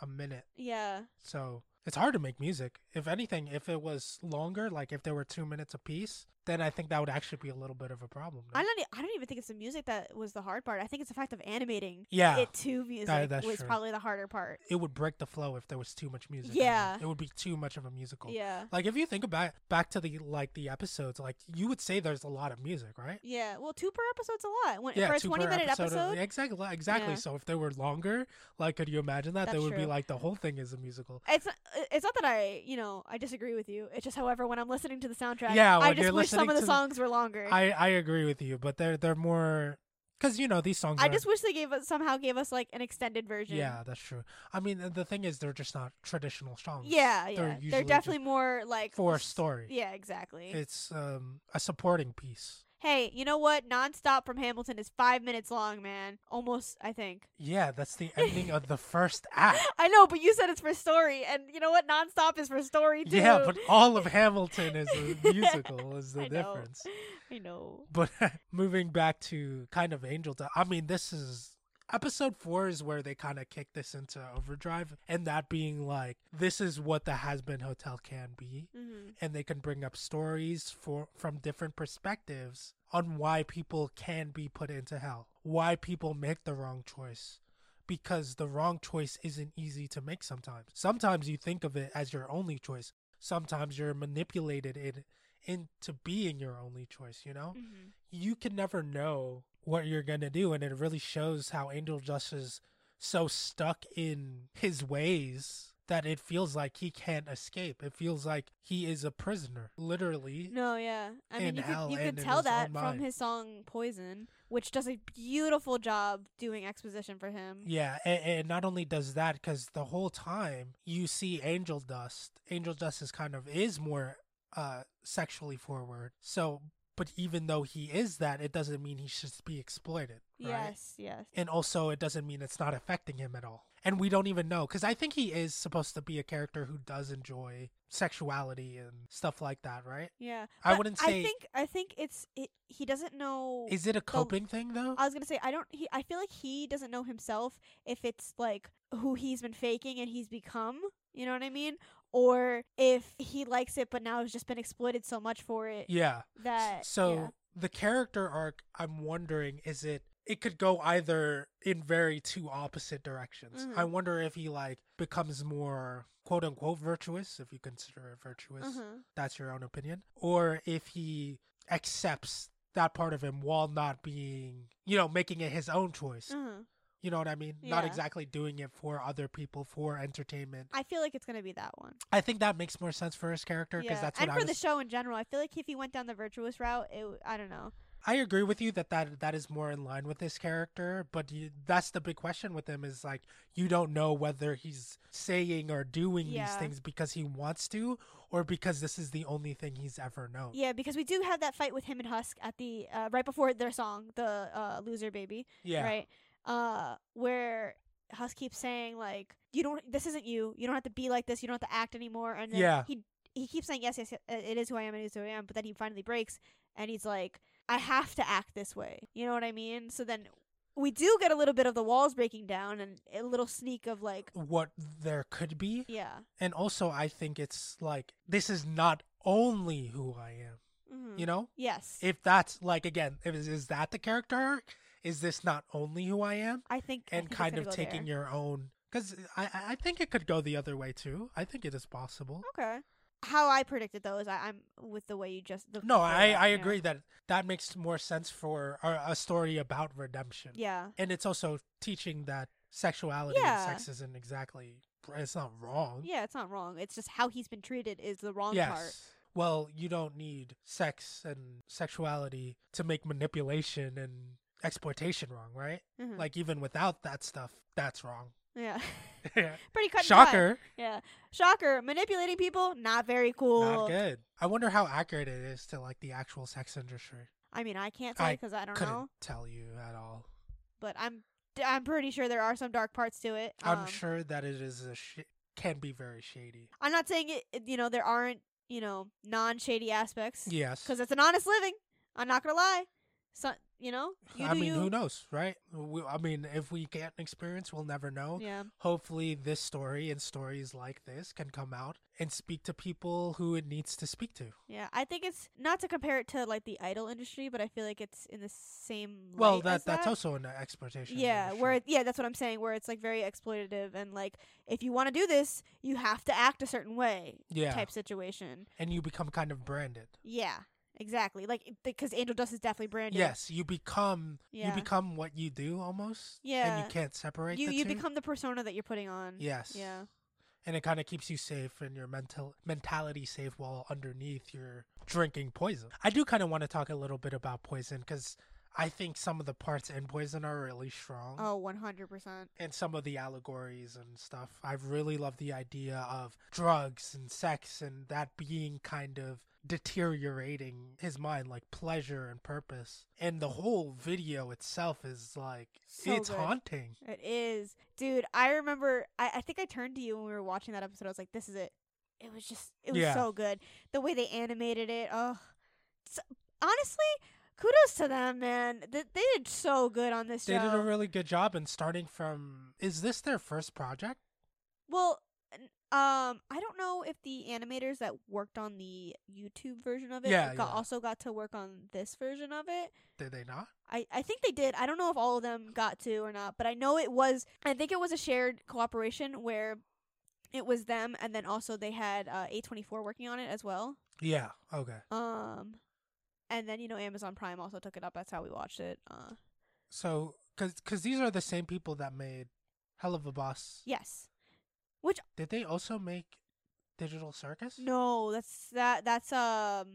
Speaker 1: a minute.
Speaker 2: yeah,
Speaker 1: So it's hard to make music. If anything, if it was longer, like if there were two minutes apiece, then I think that would actually be a little bit of a problem. no?
Speaker 2: I don't. e- I don't even think it's the music that was the hard part. I think it's the fact of animating
Speaker 1: yeah. It,
Speaker 2: it to music
Speaker 1: that's
Speaker 2: was
Speaker 1: true.
Speaker 2: probably the harder part.
Speaker 1: would break the flow if there was too much music. in it.
Speaker 2: Yeah.
Speaker 1: It would be too much of a musical.
Speaker 2: Yeah.
Speaker 1: Like if you think about back to the like the episodes, like you would say there's a lot of music, right?
Speaker 2: Yeah, well, two per episode's a lot. When,
Speaker 1: Yeah,
Speaker 2: for a
Speaker 1: two per
Speaker 2: twenty-minute episode,
Speaker 1: of- yeah, exactly, li- exactly.
Speaker 2: Yeah.
Speaker 1: So if they were longer, like, could you imagine that? They
Speaker 2: That's
Speaker 1: would be
Speaker 2: true.
Speaker 1: like the whole thing is a musical.
Speaker 2: it's not, it's not that I you know I disagree with you. It's just, however, when I'm listening to the soundtrack,
Speaker 1: Yeah,
Speaker 2: I
Speaker 1: when
Speaker 2: just
Speaker 1: you're
Speaker 2: wish
Speaker 1: listening
Speaker 2: some of the
Speaker 1: to the-
Speaker 2: songs were longer. I,
Speaker 1: I I agree with you, but they're they're more because you know these songs. are,
Speaker 2: just wish they gave us somehow gave us like an extended version.
Speaker 1: yeah, that's true. I mean, the- the thing is, they're just not traditional songs.
Speaker 2: yeah,
Speaker 1: They're
Speaker 2: yeah. They're,
Speaker 1: usually just
Speaker 2: definitely more like
Speaker 1: for a
Speaker 2: s-
Speaker 1: story.
Speaker 2: Yeah, exactly.
Speaker 1: It's um a supporting piece.
Speaker 2: hey, you know what? Nonstop from Hamilton is five minutes long, man. Almost, I think.
Speaker 1: Yeah, that's the ending of the first act.
Speaker 2: I know, but you said it's for story, and you know what? Nonstop is for story too.
Speaker 1: Yeah, but all of Hamilton is a musical. Is the
Speaker 2: I know.
Speaker 1: difference.
Speaker 2: I know.
Speaker 1: But moving back to kind of Angel, Dust- I mean, this is episode four is where they kind of kick this into overdrive, and that being like, this is what the Has Been Hotel can be,
Speaker 2: Mm-hmm.
Speaker 1: and they can bring up stories for from different perspectives on why people can be put into hell, why people make the wrong choice. Because the wrong choice isn't easy to make sometimes. Sometimes you think of it as your only choice. Sometimes you're manipulated in, into being your only choice, you know?
Speaker 2: Mm-hmm.
Speaker 1: you can never know what you're going to do and it really shows how angel just is so stuck in his ways that it feels like he can't escape it feels like he is a prisoner literally
Speaker 2: No, yeah. I mean,
Speaker 1: in
Speaker 2: you
Speaker 1: hell
Speaker 2: could, you
Speaker 1: and in
Speaker 2: could tell
Speaker 1: his own
Speaker 2: that from
Speaker 1: mind.
Speaker 2: his song Poison, which does a beautiful job doing exposition for him.
Speaker 1: yeah and, and not only does that because the whole time you see angel dust angel dust is kind of is more uh sexually forward so but even though he is that it doesn't mean he should be exploited right?
Speaker 2: Yes, yes.
Speaker 1: and also it doesn't mean it's not affecting him at all and we don't even know because i think he is supposed to be a character who does enjoy sexuality and stuff like that right
Speaker 2: Yeah.
Speaker 1: I
Speaker 2: But
Speaker 1: wouldn't
Speaker 2: I
Speaker 1: say-
Speaker 2: think I think it's it, he doesn't know
Speaker 1: is it a coping thing though
Speaker 2: I was going to say I don't he I feel like he doesn't know himself if it's like who he's been faking and he's become, you know what I mean? Or if he likes it but now has just been exploited so much for it
Speaker 1: yeah
Speaker 2: that
Speaker 1: so
Speaker 2: Uh, yeah.
Speaker 1: the character arc i'm wondering is it it could go either in very two opposite directions
Speaker 2: Mhm.
Speaker 1: i wonder if he like becomes more quote unquote virtuous if you consider it virtuous
Speaker 2: Uh-huh.
Speaker 1: that's your own opinion or if he accepts that part of him while not being you know making it his own choice
Speaker 2: Uh-huh.
Speaker 1: You know what I mean? Not
Speaker 2: Yeah.
Speaker 1: exactly doing it for other people for entertainment.
Speaker 2: I feel like it's going to be that one.
Speaker 1: I think that makes more sense for his character because that's what
Speaker 2: and
Speaker 1: I
Speaker 2: for
Speaker 1: was.
Speaker 2: the show in general. I feel like if he went down the virtuous route, it w- I don't know.
Speaker 1: I agree with you that, that that is more in line with his character, but you, that's the big question with him is like you don't know whether he's saying or doing these
Speaker 2: Yeah.
Speaker 1: things because he wants to or because this is the only thing he's ever known.
Speaker 2: Yeah, because we do have that fight with him and Husk at the uh, right before their song, the uh, loser baby,
Speaker 1: Yeah.
Speaker 2: right? Uh, where Husk keeps saying like, "You don't. This isn't you. You don't have to be like this. You don't have to act anymore." And then
Speaker 1: Yeah.
Speaker 2: he he keeps saying, "Yes, yes, yes, uh, it is who I am. It is who I am." But then he finally breaks, and he's like, "I have to act this way." You know what I mean? So then. We do get a little bit of the walls breaking down and a little sneak of like,
Speaker 1: What there could be.
Speaker 2: yeah,
Speaker 1: And also I think it's like this is not only who I am.
Speaker 2: hmm
Speaker 1: You know?
Speaker 2: yes,
Speaker 1: if that's like again if, is- is that the character arc is this not only who i am
Speaker 2: I think I
Speaker 1: and
Speaker 2: think it's
Speaker 1: kind
Speaker 2: gonna
Speaker 1: of
Speaker 2: go
Speaker 1: taking your own because I, I- I think it could go the other way too i think it is possible
Speaker 2: there. okay. How I predicted though is I, I'm with the way you just the,
Speaker 1: no
Speaker 2: the
Speaker 1: i,
Speaker 2: format,
Speaker 1: I
Speaker 2: you know.
Speaker 1: agree that that makes more sense for a, a story about redemption
Speaker 2: Yeah,
Speaker 1: and it's also teaching that sexuality
Speaker 2: Yeah.
Speaker 1: and sex isn't exactly it's not wrong
Speaker 2: yeah, it's not wrong. It's just how he's been treated is the wrong part.
Speaker 1: yes well you don't need sex and sexuality to make manipulation and exploitation wrong right
Speaker 2: Mhm.
Speaker 1: like even without that stuff that's wrong
Speaker 2: yeah, pretty cut. and dry.
Speaker 1: shocker
Speaker 2: Yeah, shocker. Manipulating people, not very cool.
Speaker 1: not good i wonder how accurate it is to like the actual sex industry
Speaker 2: I mean, I can't
Speaker 1: I
Speaker 2: say because I, don't
Speaker 1: Couldn't
Speaker 2: know,
Speaker 1: tell you at all.
Speaker 2: but I'm I'm pretty sure there are some dark parts to it.
Speaker 1: I'm
Speaker 2: um,
Speaker 1: sure that it is a sh- can be very shady.
Speaker 2: I'm not saying it, it- You know, there aren't you know non shady aspects
Speaker 1: Yes.
Speaker 2: because it's an honest living. I'm not gonna lie. So you know, you
Speaker 1: I
Speaker 2: do
Speaker 1: mean,
Speaker 2: you.
Speaker 1: who knows, right? We, I mean, if we can't experience, we'll never know.
Speaker 2: Yeah.
Speaker 1: Hopefully, this story and stories like this can come out and speak to people who it needs to speak to.
Speaker 2: Yeah, I think it's not to compare it to like the idol industry, but I feel like it's in the same.
Speaker 1: well,
Speaker 2: light
Speaker 1: that
Speaker 2: as
Speaker 1: that's
Speaker 2: that.
Speaker 1: also an exploitation.
Speaker 2: Yeah,
Speaker 1: industry.
Speaker 2: where it, yeah, that's what I'm saying. Where it's like very exploitative and like if you want to do this, you have to act a certain way
Speaker 1: yeah,
Speaker 2: type situation.
Speaker 1: and you become kind of branded.
Speaker 2: Yeah, exactly. Like because Angel Dust is definitely branded.
Speaker 1: Yes, you become
Speaker 2: Yeah.
Speaker 1: you become what you do almost. and
Speaker 2: Yeah.
Speaker 1: you can't separate.
Speaker 2: you
Speaker 1: the
Speaker 2: you
Speaker 1: two.
Speaker 2: become the persona that you're putting on.
Speaker 1: yes,
Speaker 2: Yeah.
Speaker 1: and it kind of keeps you safe and your mental mentality safe while underneath you're drinking poison. I do kind of want to talk a little bit about poison because I think some of the parts in poison are really strong.
Speaker 2: Oh, one hundred percent.
Speaker 1: And some of the allegories and stuff. I really love the idea of drugs and sex and that being kind of deteriorating his mind, like pleasure and purpose. And the whole video itself is like,
Speaker 2: So
Speaker 1: it's
Speaker 2: good.
Speaker 1: haunting.
Speaker 2: It is, dude. I remember. I, I think I turned to you when we were watching that episode. I was like, "This is it." It was just. It was
Speaker 1: Yeah.
Speaker 2: so good. The way they animated it. Oh, so, honestly, kudos to them, man. Th- they did so good on this
Speaker 1: They did a
Speaker 2: show.
Speaker 1: really good job in starting from. Is this their first project?
Speaker 2: well, n- um, I don't know if the animators that worked on the YouTube version of it
Speaker 1: Yeah,
Speaker 2: got,
Speaker 1: yeah.
Speaker 2: also got to work on this version of it.
Speaker 1: Did they not?
Speaker 2: I, I think they did. I don't know if all of them got to or not, but I know it was. I think it was a shared cooperation where it was them, and then also they had uh, A24 working on it as well.
Speaker 1: Yeah. Okay.
Speaker 2: Um, and then you know Amazon Prime also took it up. That's how we watched it. Uh,
Speaker 1: So, cause, cause these are the same people that made Hell of a Boss.
Speaker 2: yes.
Speaker 1: Did they also make Digital Circus?
Speaker 2: No, that's that. That's um,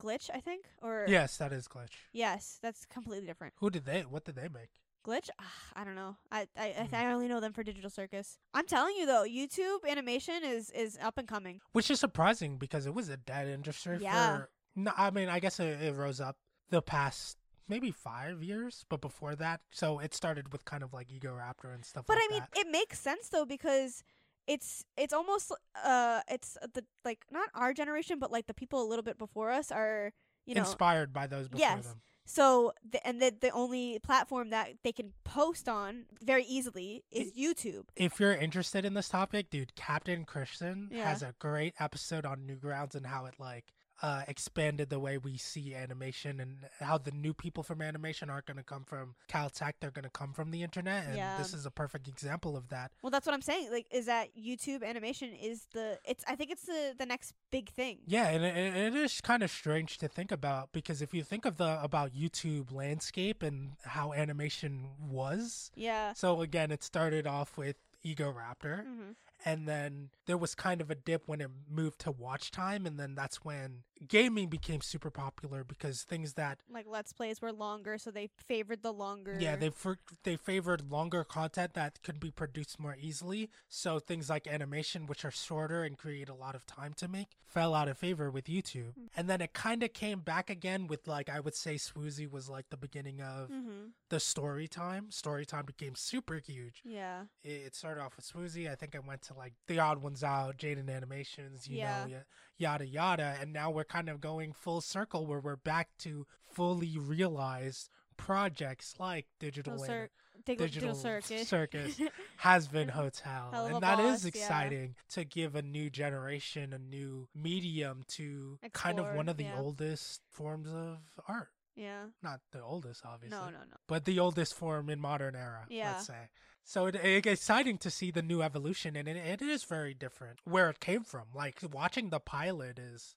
Speaker 2: glitch. I think or
Speaker 1: Yes, that is Glitch.
Speaker 2: Yes, that's completely different.
Speaker 1: Who did they? What did they make?
Speaker 2: Glitch? Ah, I don't know. I I, I,
Speaker 1: Mm.
Speaker 2: I only know them for Digital Circus. I'm telling you though, YouTube animation is is up and coming.
Speaker 1: Which is surprising because it was a dead industry
Speaker 2: Yeah.
Speaker 1: for. No, I mean, I guess it, it rose up the past maybe five years, but before that, so it started with kind of like Ego Raptor and stuff.
Speaker 2: But
Speaker 1: like
Speaker 2: I mean,
Speaker 1: that.
Speaker 2: it makes sense though because it's it's almost uh it's the like not our generation, but like the people a little bit before us are you know
Speaker 1: inspired by those before
Speaker 2: Yes.
Speaker 1: them.
Speaker 2: so the, and the the only platform that they can post on very easily is YouTube.
Speaker 1: If you're interested in this topic, dude, Captain Christian
Speaker 2: Yeah.
Speaker 1: has a great episode on Newgrounds and how it like uh, expanded the way we see animation and how the new people from animation aren't going to come from Caltech; they're going to come from the internet, and
Speaker 2: Yeah.
Speaker 1: this is a perfect example of that.
Speaker 2: Well, that's what I'm saying. Like, is that YouTube animation is the it's I think it's the the next big thing.
Speaker 1: Yeah, and it, it- it is kind of strange to think about because if you think of the about YouTube landscape and how animation was,
Speaker 2: Yeah.
Speaker 1: so again, it started off with Ego Raptor,
Speaker 2: hmm
Speaker 1: and then there was kind of a dip when it moved to watch time, and then that's when gaming became super popular because things that
Speaker 2: Like let's plays were longer, so they favored the longer.
Speaker 1: yeah they for, they favored longer content that could be produced more easily, so things like animation, which are shorter and create a lot of time to make, fell out of favor with YouTube, and then it kind of came back again with like I would say Swoozy was like the beginning of
Speaker 2: hmm
Speaker 1: the story time. Story time became super huge.
Speaker 2: Yeah.
Speaker 1: it, it started off with Swoozy. I think I went to like the odd ones out, Jaden Animations, you
Speaker 2: Yeah.
Speaker 1: know, y- yada yada. And now we're kind of going full circle where we're back to fully realized projects like Digital
Speaker 2: Digital,
Speaker 1: Anim-
Speaker 2: cir- dig- digital,
Speaker 1: digital
Speaker 2: circus.
Speaker 1: circus. has been hotel
Speaker 2: Hell of a
Speaker 1: and that is
Speaker 2: boss, yeah.
Speaker 1: exciting to give a new generation a new medium to kind of
Speaker 2: Explore,
Speaker 1: one of the
Speaker 2: yeah.
Speaker 1: oldest forms of art
Speaker 2: yeah.
Speaker 1: not the oldest obviously
Speaker 2: No, no, no.
Speaker 1: but the oldest form in modern era,
Speaker 2: Yeah.
Speaker 1: let's say. So it, it- it's exciting to see the new evolution, and it, it is very different where it came from. Like watching the pilot is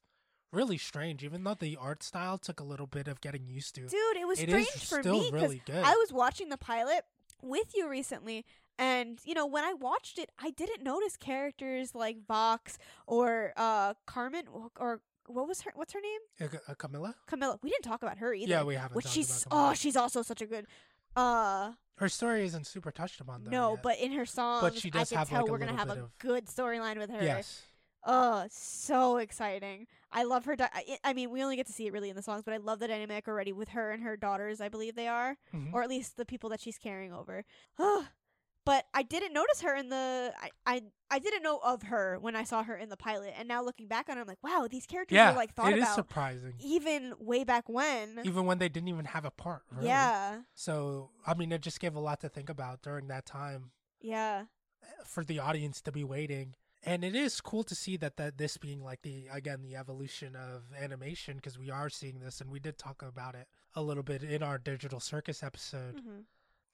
Speaker 1: really strange, even though the art style took a little bit of getting used to.
Speaker 2: Dude, it was
Speaker 1: It is
Speaker 2: strange for
Speaker 1: still
Speaker 2: me 'cause
Speaker 1: really good.
Speaker 2: I was watching the pilot with you recently and you know when I watched it I didn't notice characters like Vox or uh Carmen or- or what was her what's her name?
Speaker 1: Uh, Camilla,
Speaker 2: Camilla. We didn't talk about her either.
Speaker 1: yeah, we haven't.
Speaker 2: which
Speaker 1: talked
Speaker 2: she's
Speaker 1: about Camilla.
Speaker 2: oh she's also such a good uh
Speaker 1: her story isn't super touched upon though.
Speaker 2: no
Speaker 1: yet.
Speaker 2: but in her songs
Speaker 1: she
Speaker 2: I
Speaker 1: does
Speaker 2: can
Speaker 1: have,
Speaker 2: tell
Speaker 1: like, a
Speaker 2: we're gonna
Speaker 1: little
Speaker 2: have
Speaker 1: bit
Speaker 2: a
Speaker 1: of-
Speaker 2: good storyline with her
Speaker 1: yes,
Speaker 2: Oh, so exciting. I love her. Di- I, I mean, we only get to see it really in the songs, but I love the dynamic already with her and her daughters, I believe they are,
Speaker 1: Mhm.
Speaker 2: or at least the people that she's carrying over. Ugh. but I didn't notice her in the. I, I, I didn't know of her when I saw her in the pilot, and now looking back on it, I'm like, wow, these characters
Speaker 1: yeah,
Speaker 2: were like thought
Speaker 1: it is
Speaker 2: about
Speaker 1: surprising.
Speaker 2: even way back when.
Speaker 1: Even when they didn't even have a part, really.
Speaker 2: Yeah.
Speaker 1: So I mean, it just gave a lot to think about during that time
Speaker 2: Yeah.
Speaker 1: for the audience to be waiting. And it is cool to see that, that this being like the again the evolution of animation because we are seeing this and we did talk about it a little bit in our digital circus episode.
Speaker 2: Mhm.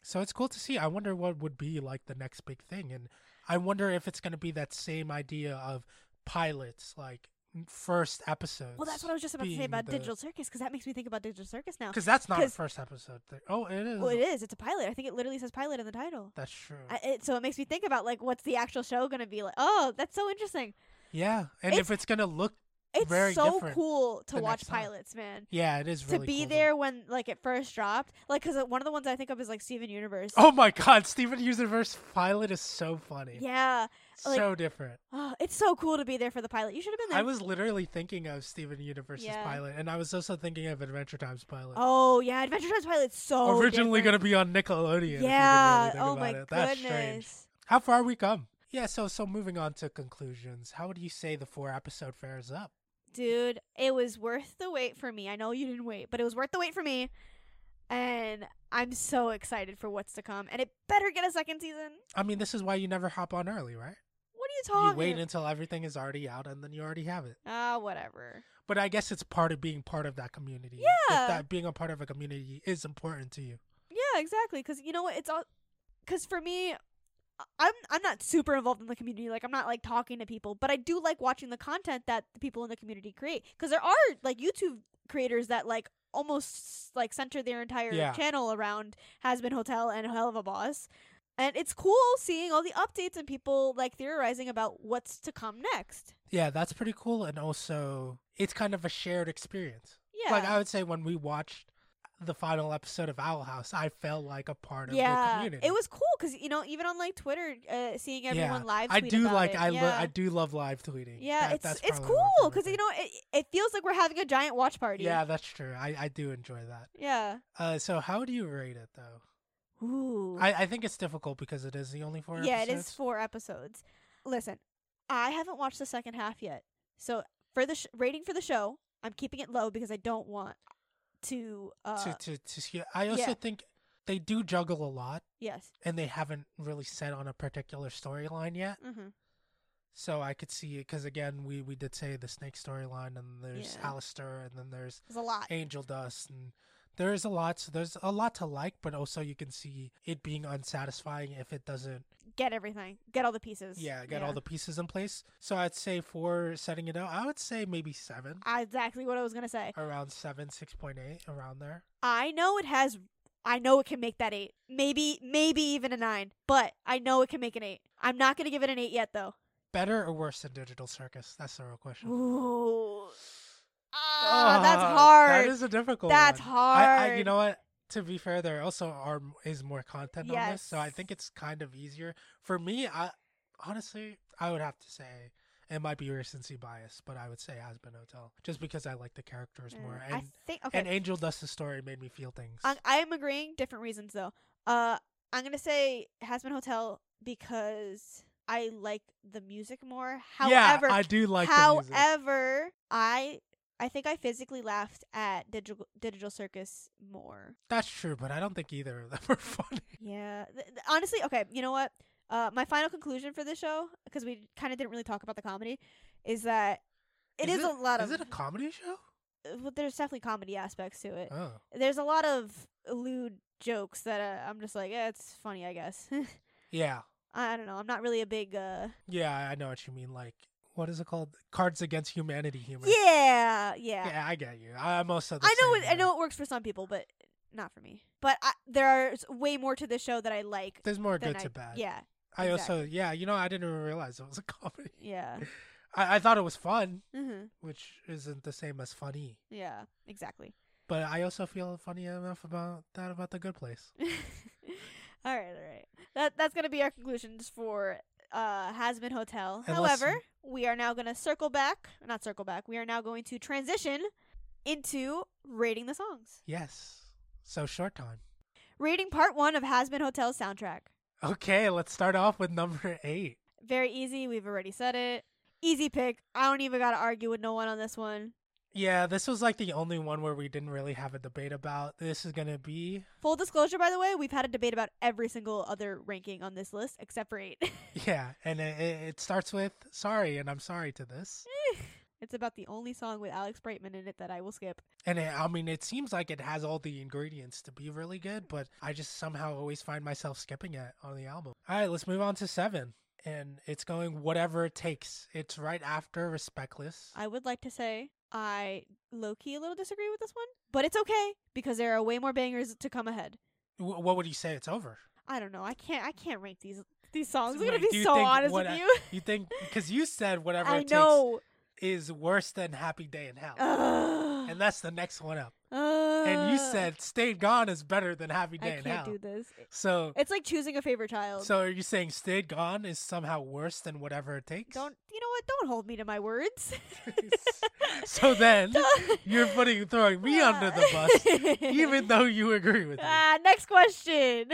Speaker 1: So it's cool to see. I wonder what would be like the next big thing. And I wonder if it's going to be that same idea of pilots, like m- first episodes.
Speaker 2: Well, that's what I was just about to say
Speaker 1: being
Speaker 2: about
Speaker 1: the-
Speaker 2: Digital Circus because that makes me think about Digital Circus now.
Speaker 1: Because that's not a
Speaker 2: 'Cause-
Speaker 1: first episode thing. Oh, it is.
Speaker 2: Well, it is. It's a pilot. I think it literally says pilot in the title.
Speaker 1: That's true.
Speaker 2: I, it, so it makes me think about like what's the actual show gonna be like. Oh, that's so interesting.
Speaker 1: yeah. And
Speaker 2: it's-
Speaker 1: if it's going to look.
Speaker 2: It's
Speaker 1: Very
Speaker 2: so
Speaker 1: different
Speaker 2: cool to
Speaker 1: the
Speaker 2: watch
Speaker 1: next time.
Speaker 2: pilots, man.
Speaker 1: Yeah, it is
Speaker 2: to
Speaker 1: really
Speaker 2: be
Speaker 1: cool, though.
Speaker 2: there when like it first dropped, like because one of the ones I think of is like Steven Universe.
Speaker 1: Oh my god, Steven Universe pilot is so funny.
Speaker 2: yeah, like-
Speaker 1: so different.
Speaker 2: oh, it's so cool to be there for the pilot. You should have been there.
Speaker 1: I was literally thinking of Steven Universe's
Speaker 2: Yeah.
Speaker 1: pilot, and I was also thinking of Adventure Time's pilot.
Speaker 2: oh yeah, Adventure Time's pilot's so
Speaker 1: Originally gonna
Speaker 2: different.
Speaker 1: be on Nickelodeon.
Speaker 2: Yeah.
Speaker 1: If you can really think
Speaker 2: oh
Speaker 1: about
Speaker 2: my
Speaker 1: it. That's strange.
Speaker 2: goodness.
Speaker 1: How far we come. Yeah, so so moving on to conclusions. How would you say the four episode fares up?
Speaker 2: Dude, it was worth the wait for me. I know you didn't wait, but it was worth the wait for me. And I'm so excited for what's to come. And it better get a second season.
Speaker 1: I mean, this is why you never hop on early, right?
Speaker 2: What are you talking
Speaker 1: you wait until everything is already out and then you already have it.
Speaker 2: Ah, whatever.
Speaker 1: But I guess it's part of being part of that community. If
Speaker 2: Yeah.
Speaker 1: that being a part of a community is important to you.
Speaker 2: Yeah, exactly. Because you know what? It's all. Because for me, I- I'm I'm not super involved in the community. Like I'm not like talking to people, but I do like watching the content that the people in the community create. Because there are like YouTube creators that like almost like center their entire
Speaker 1: Yeah.
Speaker 2: channel around has been hotel and hell of a boss. And it's cool seeing all the updates and people like theorizing about what's to come next.
Speaker 1: Yeah, that's pretty cool. And also, it's kind of a shared experience.
Speaker 2: Yeah.
Speaker 1: Like, I would say when we watched the final episode of Owl House, I felt like a part of the community.
Speaker 2: it was cool because you know even on like Twitter, uh, seeing everyone live.
Speaker 1: I
Speaker 2: tweet
Speaker 1: do
Speaker 2: about
Speaker 1: like
Speaker 2: it.
Speaker 1: I lo-
Speaker 2: yeah.
Speaker 1: I do love live tweeting.
Speaker 2: Yeah,
Speaker 1: That-
Speaker 2: it's
Speaker 1: that's
Speaker 2: it's
Speaker 1: probably my
Speaker 2: cool
Speaker 1: favorite
Speaker 2: because
Speaker 1: thing.
Speaker 2: you know it, it feels like we're having a giant watch party.
Speaker 1: Yeah, that's true. I I do enjoy that.
Speaker 2: Yeah.
Speaker 1: Uh, so how do you rate it though?
Speaker 2: Ooh.
Speaker 1: I I think it's difficult because it is the only four.
Speaker 2: yeah, it is
Speaker 1: episodes.
Speaker 2: four episodes. Listen, I haven't watched the second half yet, so for the sh- rating for the show, I'm keeping it low because I don't want to. Uh,
Speaker 1: to to to. see- I also
Speaker 2: yeah.
Speaker 1: think they do juggle a lot,
Speaker 2: yes.
Speaker 1: and they haven't really set on a particular storyline yet.
Speaker 2: Mm-hmm.
Speaker 1: So I could see it because again, we we did say the snake storyline, and there's
Speaker 2: Yeah.
Speaker 1: Alistair, and then there's
Speaker 2: There's a lot.
Speaker 1: Angel Dust, and there is a lot. So there's a lot to like, but also you can see it being unsatisfying if it doesn't.
Speaker 2: Get everything. Get all the pieces.
Speaker 1: Yeah, get all the pieces in place. So I'd say for setting it up, I would say maybe seven,
Speaker 2: Ah, Exactly what I was gonna say.
Speaker 1: around seven, six point eight, around there.
Speaker 2: I know it has. I know it can make that eight. Maybe, maybe even a nine. But I know it can make an eight. I'm not gonna give it an eight yet, though.
Speaker 1: Better or worse than Digital Circus? That's the real question.
Speaker 2: Ooh. Ah,
Speaker 1: Ah,
Speaker 2: that's hard.
Speaker 1: That is a difficult.
Speaker 2: That's
Speaker 1: one. I, I, you
Speaker 2: hard.
Speaker 1: know what? To be fair, there also are is more content on this, so I
Speaker 2: Yes.
Speaker 1: think it's kind of easier for me. I honestly, I would have to say it might be recency bias, but I would say Aspen Hotel just because I like the characters more,
Speaker 2: Mm,
Speaker 1: and
Speaker 2: I think
Speaker 1: and
Speaker 2: okay.
Speaker 1: Angel Dust's story made me feel things.
Speaker 2: I, I am agreeing. Different reasons though. Uh, I'm gonna say Hasman Hotel because I like the music more. However,
Speaker 1: yeah, I do like the music.
Speaker 2: however, I I think I physically laughed at digital digital circus more.
Speaker 1: That's true, but I don't think either of them were funny.
Speaker 2: Yeah. Th- th- honestly, okay, you know what? Uh, my final conclusion for this show, because we kind of didn't really talk about the comedy, is that it is,
Speaker 1: Is
Speaker 2: a lot
Speaker 1: Is
Speaker 2: of.
Speaker 1: it a comedy show?
Speaker 2: uh, well, there's definitely comedy aspects to it.
Speaker 1: Oh,
Speaker 2: There's a lot of lewd jokes that uh, I'm just like, eh, it's funny, I guess.
Speaker 1: yeah,
Speaker 2: I I don't know. I'm not really a big. uh
Speaker 1: yeah. I know what you mean. Like, what is it called? Cards Against Humanity humor.
Speaker 2: Yeah, yeah.
Speaker 1: Yeah, I get you. I- I'm also. The
Speaker 2: I know.
Speaker 1: same
Speaker 2: It, I
Speaker 1: way.
Speaker 2: know it works for some people, but not for me. But I, there are s- way more to this show that I like.
Speaker 1: There's more
Speaker 2: than
Speaker 1: good
Speaker 2: I,
Speaker 1: to bad.
Speaker 2: Yeah,
Speaker 1: I also, yeah, you know, I didn't even realize it was a comedy.
Speaker 2: yeah.
Speaker 1: I, I thought it was fun,
Speaker 2: hmm
Speaker 1: which isn't the same as funny.
Speaker 2: Yeah, exactly.
Speaker 1: But I also feel funny enough about that about the good place.
Speaker 2: all right, all right. That that's gonna be our conclusions for uh, has been hotel.
Speaker 1: And
Speaker 2: However,
Speaker 1: listen-
Speaker 2: we are now going to circle back, not circle back. We are now going to transition into rating the songs.
Speaker 1: Yes. So short time.
Speaker 2: Rating part 1 of Has Been Hotel's soundtrack.
Speaker 1: Okay, let's start off with number eight.
Speaker 2: Very easy, we've already said it. Easy pick. I don't even got to argue with no one on this one.
Speaker 1: Yeah, this was like the only one where we didn't really have a debate about. This is gonna be
Speaker 2: Full disclosure, by the way, we've had a debate about every single other ranking on this list except for 8.
Speaker 1: yeah, and it, it it starts with sorry, and I'm sorry to this.
Speaker 2: it's about the only song with Alex Brightman in it that I will skip.
Speaker 1: And it, I mean, it seems like it has all the ingredients to be really good, but I just somehow always find myself skipping it on the album. All right, let's move on to seven, and it's going whatever it takes. It's right after Respectless.
Speaker 2: I would like to say I low key a little disagree with this one, but it's okay because there are way more bangers to come ahead.
Speaker 1: W- what would you say? It's over.
Speaker 2: I don't know. I can't. I can't rank these these songs. I'm
Speaker 1: Wait,
Speaker 2: gonna
Speaker 1: do
Speaker 2: be
Speaker 1: you
Speaker 2: so
Speaker 1: think
Speaker 2: honest
Speaker 1: what
Speaker 2: with
Speaker 1: I-
Speaker 2: you.
Speaker 1: You think because you said whatever
Speaker 2: I
Speaker 1: it
Speaker 2: know.
Speaker 1: takes is worse than Happy Day in Hell,
Speaker 2: Ugh.
Speaker 1: and that's the next one up. and
Speaker 2: and
Speaker 1: you said Stayed Gone is better than Happy
Speaker 2: I
Speaker 1: Day
Speaker 2: can't
Speaker 1: in Hell.
Speaker 2: do this.
Speaker 1: So
Speaker 2: It's like choosing a favorite child.
Speaker 1: So are you saying Stayed Gone is somehow worse than whatever it takes?
Speaker 2: don't you know what? Don't hold me to my words.
Speaker 1: so then
Speaker 2: Don't-
Speaker 1: you're putting throwing me under the bus, even though you agree with me.
Speaker 2: ah, next question.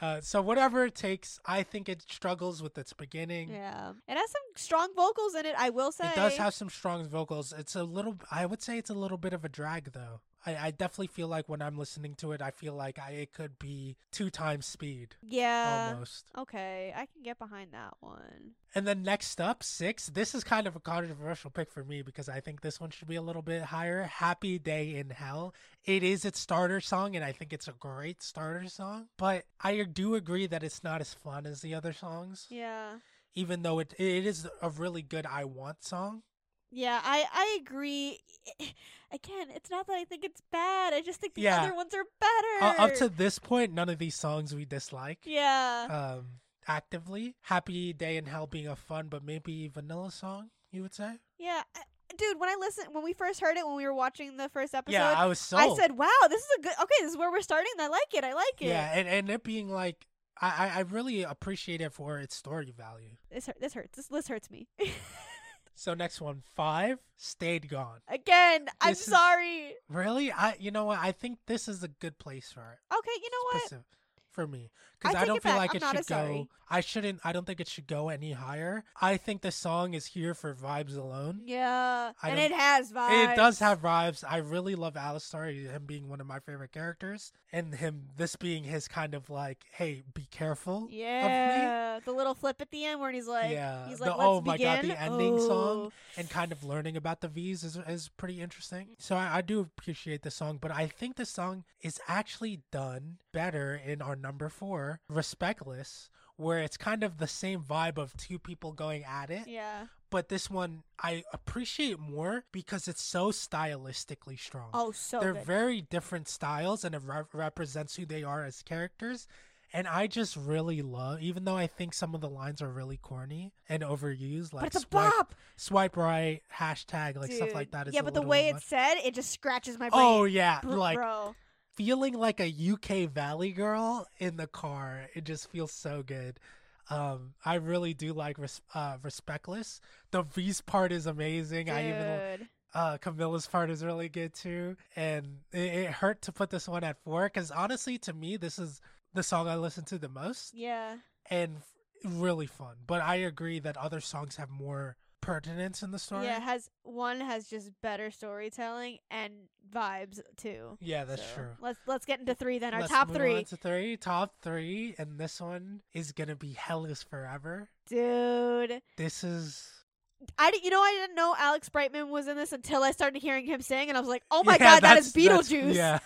Speaker 1: Uh, so whatever it takes, I think it struggles with its beginning.
Speaker 2: Yeah, it has some strong vocals in it. I will say
Speaker 1: It does have some strong vocals. It's a little. I would say it's a little bit of a drag, though. I, I definitely feel like when I'm listening to it, I feel like I, it could be two times speed
Speaker 2: Yeah.
Speaker 1: almost.
Speaker 2: Okay, I can get behind that one.
Speaker 1: And then next up, six. This is kind of a controversial pick for me because I think this one should be a little bit higher. Happy Day in Hell. It is its starter song, and I think it's a great starter song. But I do agree that it's not as fun as the other songs,
Speaker 2: Yeah.
Speaker 1: even though it it is a really good I Want song.
Speaker 2: Yeah, I I agree. Again, it's not that I think it's bad. I just think the
Speaker 1: Yeah.
Speaker 2: other ones are better.
Speaker 1: Uh, up to this point, none of these songs we dislike.
Speaker 2: Yeah.
Speaker 1: Um, actively. Happy Day in Hell being a fun but maybe vanilla song, you would say?
Speaker 2: yeah. I- Dude, when I listened when we first heard it when we were watching the first episode,
Speaker 1: yeah, I was
Speaker 2: I
Speaker 1: sold.
Speaker 2: said, "Wow, this is a good Okay, this is where we're starting. I like it. I like it."
Speaker 1: Yeah, and, and it being like I, I- I really appreciate it for its story value.
Speaker 2: This hurt, this hurts. This list hurts me.
Speaker 1: So next one, five, stayed gone.
Speaker 2: Again, I'm
Speaker 1: This is-
Speaker 2: sorry.
Speaker 1: Really? I you know what, I think this is a good place for it.
Speaker 2: Okay, you know what?
Speaker 1: specif- For me. Because
Speaker 2: I
Speaker 1: I,
Speaker 2: take
Speaker 1: don't
Speaker 2: it
Speaker 1: feel
Speaker 2: back.
Speaker 1: like
Speaker 2: I'm
Speaker 1: it
Speaker 2: not
Speaker 1: should
Speaker 2: as sorry.
Speaker 1: go I shouldn't I don't think it should go any higher. I think the song is here for vibes alone.
Speaker 2: Yeah.
Speaker 1: I
Speaker 2: and
Speaker 1: don't-
Speaker 2: it has vibes.
Speaker 1: It does have vibes. I really love Alistar, him being one of my favorite characters, and him this being his kind of like, hey, be careful. of me.
Speaker 2: Yeah, the little flip at the end where he's like,
Speaker 1: Yeah,
Speaker 2: he's
Speaker 1: the-
Speaker 2: like, Let's
Speaker 1: oh my God,
Speaker 2: begin.
Speaker 1: the ending song.
Speaker 2: Oh.
Speaker 1: and kind of learning about the V's is, is pretty interesting. So I, I do appreciate the song, but I think the song is actually done better in our number four, Respectless, where it's kind of the same vibe of two people going at it.
Speaker 2: Yeah.
Speaker 1: But this one I appreciate more because it's so stylistically strong.
Speaker 2: Oh, so
Speaker 1: They're
Speaker 2: good.
Speaker 1: very different styles and it re- represents who they are as characters. And I just really love, even though I think some of the lines are really corny and overused, like
Speaker 2: but it's a
Speaker 1: swipe-
Speaker 2: bop,
Speaker 1: swipe right hashtag like
Speaker 2: dude.
Speaker 1: stuff like that is
Speaker 2: yeah,
Speaker 1: a
Speaker 2: but the
Speaker 1: little
Speaker 2: way
Speaker 1: much.
Speaker 2: it's said, it just scratches my brain.
Speaker 1: oh yeah
Speaker 2: Br-
Speaker 1: like
Speaker 2: bro,
Speaker 1: feeling like a uk valley girl in the car it just feels so good um i really do like res- uh respectless the v's part is amazing i even
Speaker 2: dude.
Speaker 1: uh camilla's part is really good too and it, it hurt to put this one at four because honestly to me this is the song i listen to the most
Speaker 2: yeah,
Speaker 1: and f- really fun but i agree that other songs have more pertinence in the story
Speaker 2: yeah. it Has one has just better storytelling and vibes too.
Speaker 1: Yeah, that's
Speaker 2: So,
Speaker 1: true.
Speaker 2: Let's let's get into three then. Our
Speaker 1: Let's
Speaker 2: top
Speaker 1: move On
Speaker 2: three,
Speaker 1: to three, top three, and this one is gonna be Hell is Forever.
Speaker 2: dude.
Speaker 1: This is
Speaker 2: I did, you know I didn't know Alex Brightman was in this until I started hearing him sing, and I was like, oh my
Speaker 1: Yeah,
Speaker 2: god, that
Speaker 1: that's-
Speaker 2: is
Speaker 1: that's-
Speaker 2: Beetlejuice.
Speaker 1: Yeah,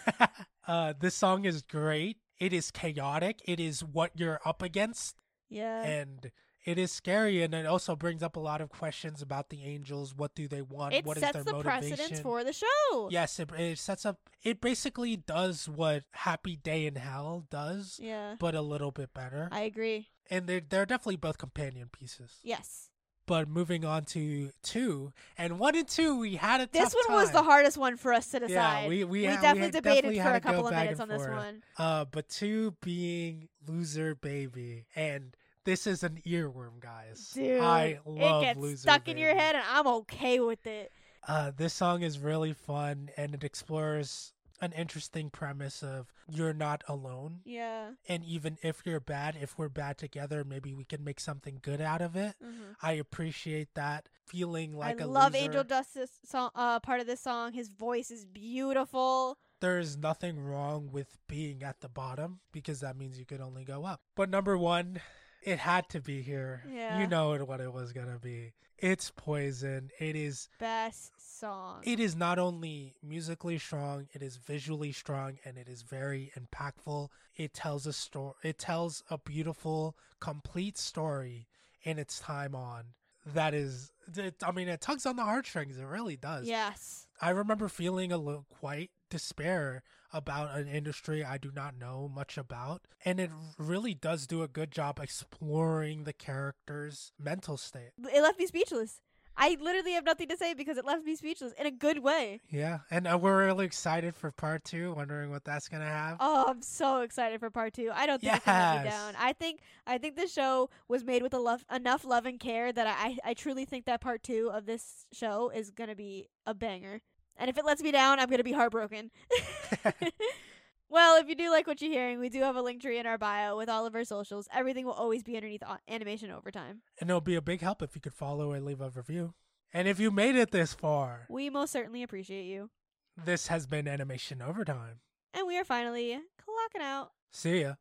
Speaker 1: uh, this song is great. It is chaotic. It is what you're up against,
Speaker 2: yeah.
Speaker 1: and it is scary. And it also brings up a lot of questions about the angels. What do they want?
Speaker 2: it
Speaker 1: what is
Speaker 2: sets
Speaker 1: their
Speaker 2: the
Speaker 1: motivation?
Speaker 2: precedence for the show.
Speaker 1: Yes, it, it sets up. It basically does what Happy Day in Hell does,
Speaker 2: Yeah,
Speaker 1: but a little bit better.
Speaker 2: I agree.
Speaker 1: and they're they're definitely both companion pieces.
Speaker 2: Yes.
Speaker 1: But moving on to two and one and two, we had a
Speaker 2: This
Speaker 1: tough
Speaker 2: one was the
Speaker 1: time.
Speaker 2: hardest one for us to decide.
Speaker 1: Yeah, we we,
Speaker 2: We
Speaker 1: had-
Speaker 2: definitely
Speaker 1: had-
Speaker 2: debated
Speaker 1: definitely
Speaker 2: for
Speaker 1: had
Speaker 2: a
Speaker 1: to go
Speaker 2: couple of
Speaker 1: back Uh,
Speaker 2: minutes on
Speaker 1: and
Speaker 2: this
Speaker 1: forth.
Speaker 2: one.
Speaker 1: Uh, but two being loser baby, and This is an earworm, guys.
Speaker 2: Dude,
Speaker 1: I love
Speaker 2: it gets
Speaker 1: Loser
Speaker 2: stuck in your
Speaker 1: Baby.
Speaker 2: head, and I'm okay with it.
Speaker 1: Uh, this song is really fun and it explores an interesting premise of you're not alone.
Speaker 2: Yeah.
Speaker 1: And even if you're bad, if we're bad together, maybe we can make something good out of it.
Speaker 2: Mhm.
Speaker 1: I appreciate that feeling like
Speaker 2: I
Speaker 1: a
Speaker 2: love
Speaker 1: loser.
Speaker 2: Angel Dust's song, uh, part of this song. His voice is beautiful.
Speaker 1: there is nothing wrong with being at the bottom because that means you could only go up. But number one, it had to be here.
Speaker 2: Yeah.
Speaker 1: You know it- what it was gonna be. It's poison. It is
Speaker 2: Best song.
Speaker 1: it is not only musically strong, it is visually strong and it is very impactful. It tells a story it tells a beautiful, complete story in its time on. That is it, I mean it tugs on the heartstrings, it really does.
Speaker 2: yes.
Speaker 1: I remember feeling a little quite despair about an industry I do not know much about. And it really does do a good job exploring the character's mental state.
Speaker 2: It left me speechless. I literally have nothing to say because it left me speechless in a good way.
Speaker 1: Yeah. And uh, we're really excited for part two, wondering what that's going to have.
Speaker 2: Oh, I'm so excited for part two. I don't think it's gonna let me
Speaker 1: Yes.
Speaker 2: down. I think I think this show was made with a love, enough love and care that I, I truly think that part two of this show is gonna be a banger. And if it lets me down, I'm gonna be heartbroken. well, if you do like what you're hearing, we do have a link tree in our bio with all of our socials. Everything will always be underneath o- animation overtime.
Speaker 1: and it'll be a big help if you could follow and leave a review. And if you made it this far,
Speaker 2: We most certainly appreciate you.
Speaker 1: this has been Animation Overtime.
Speaker 2: And we are finally clocking out.
Speaker 1: See ya.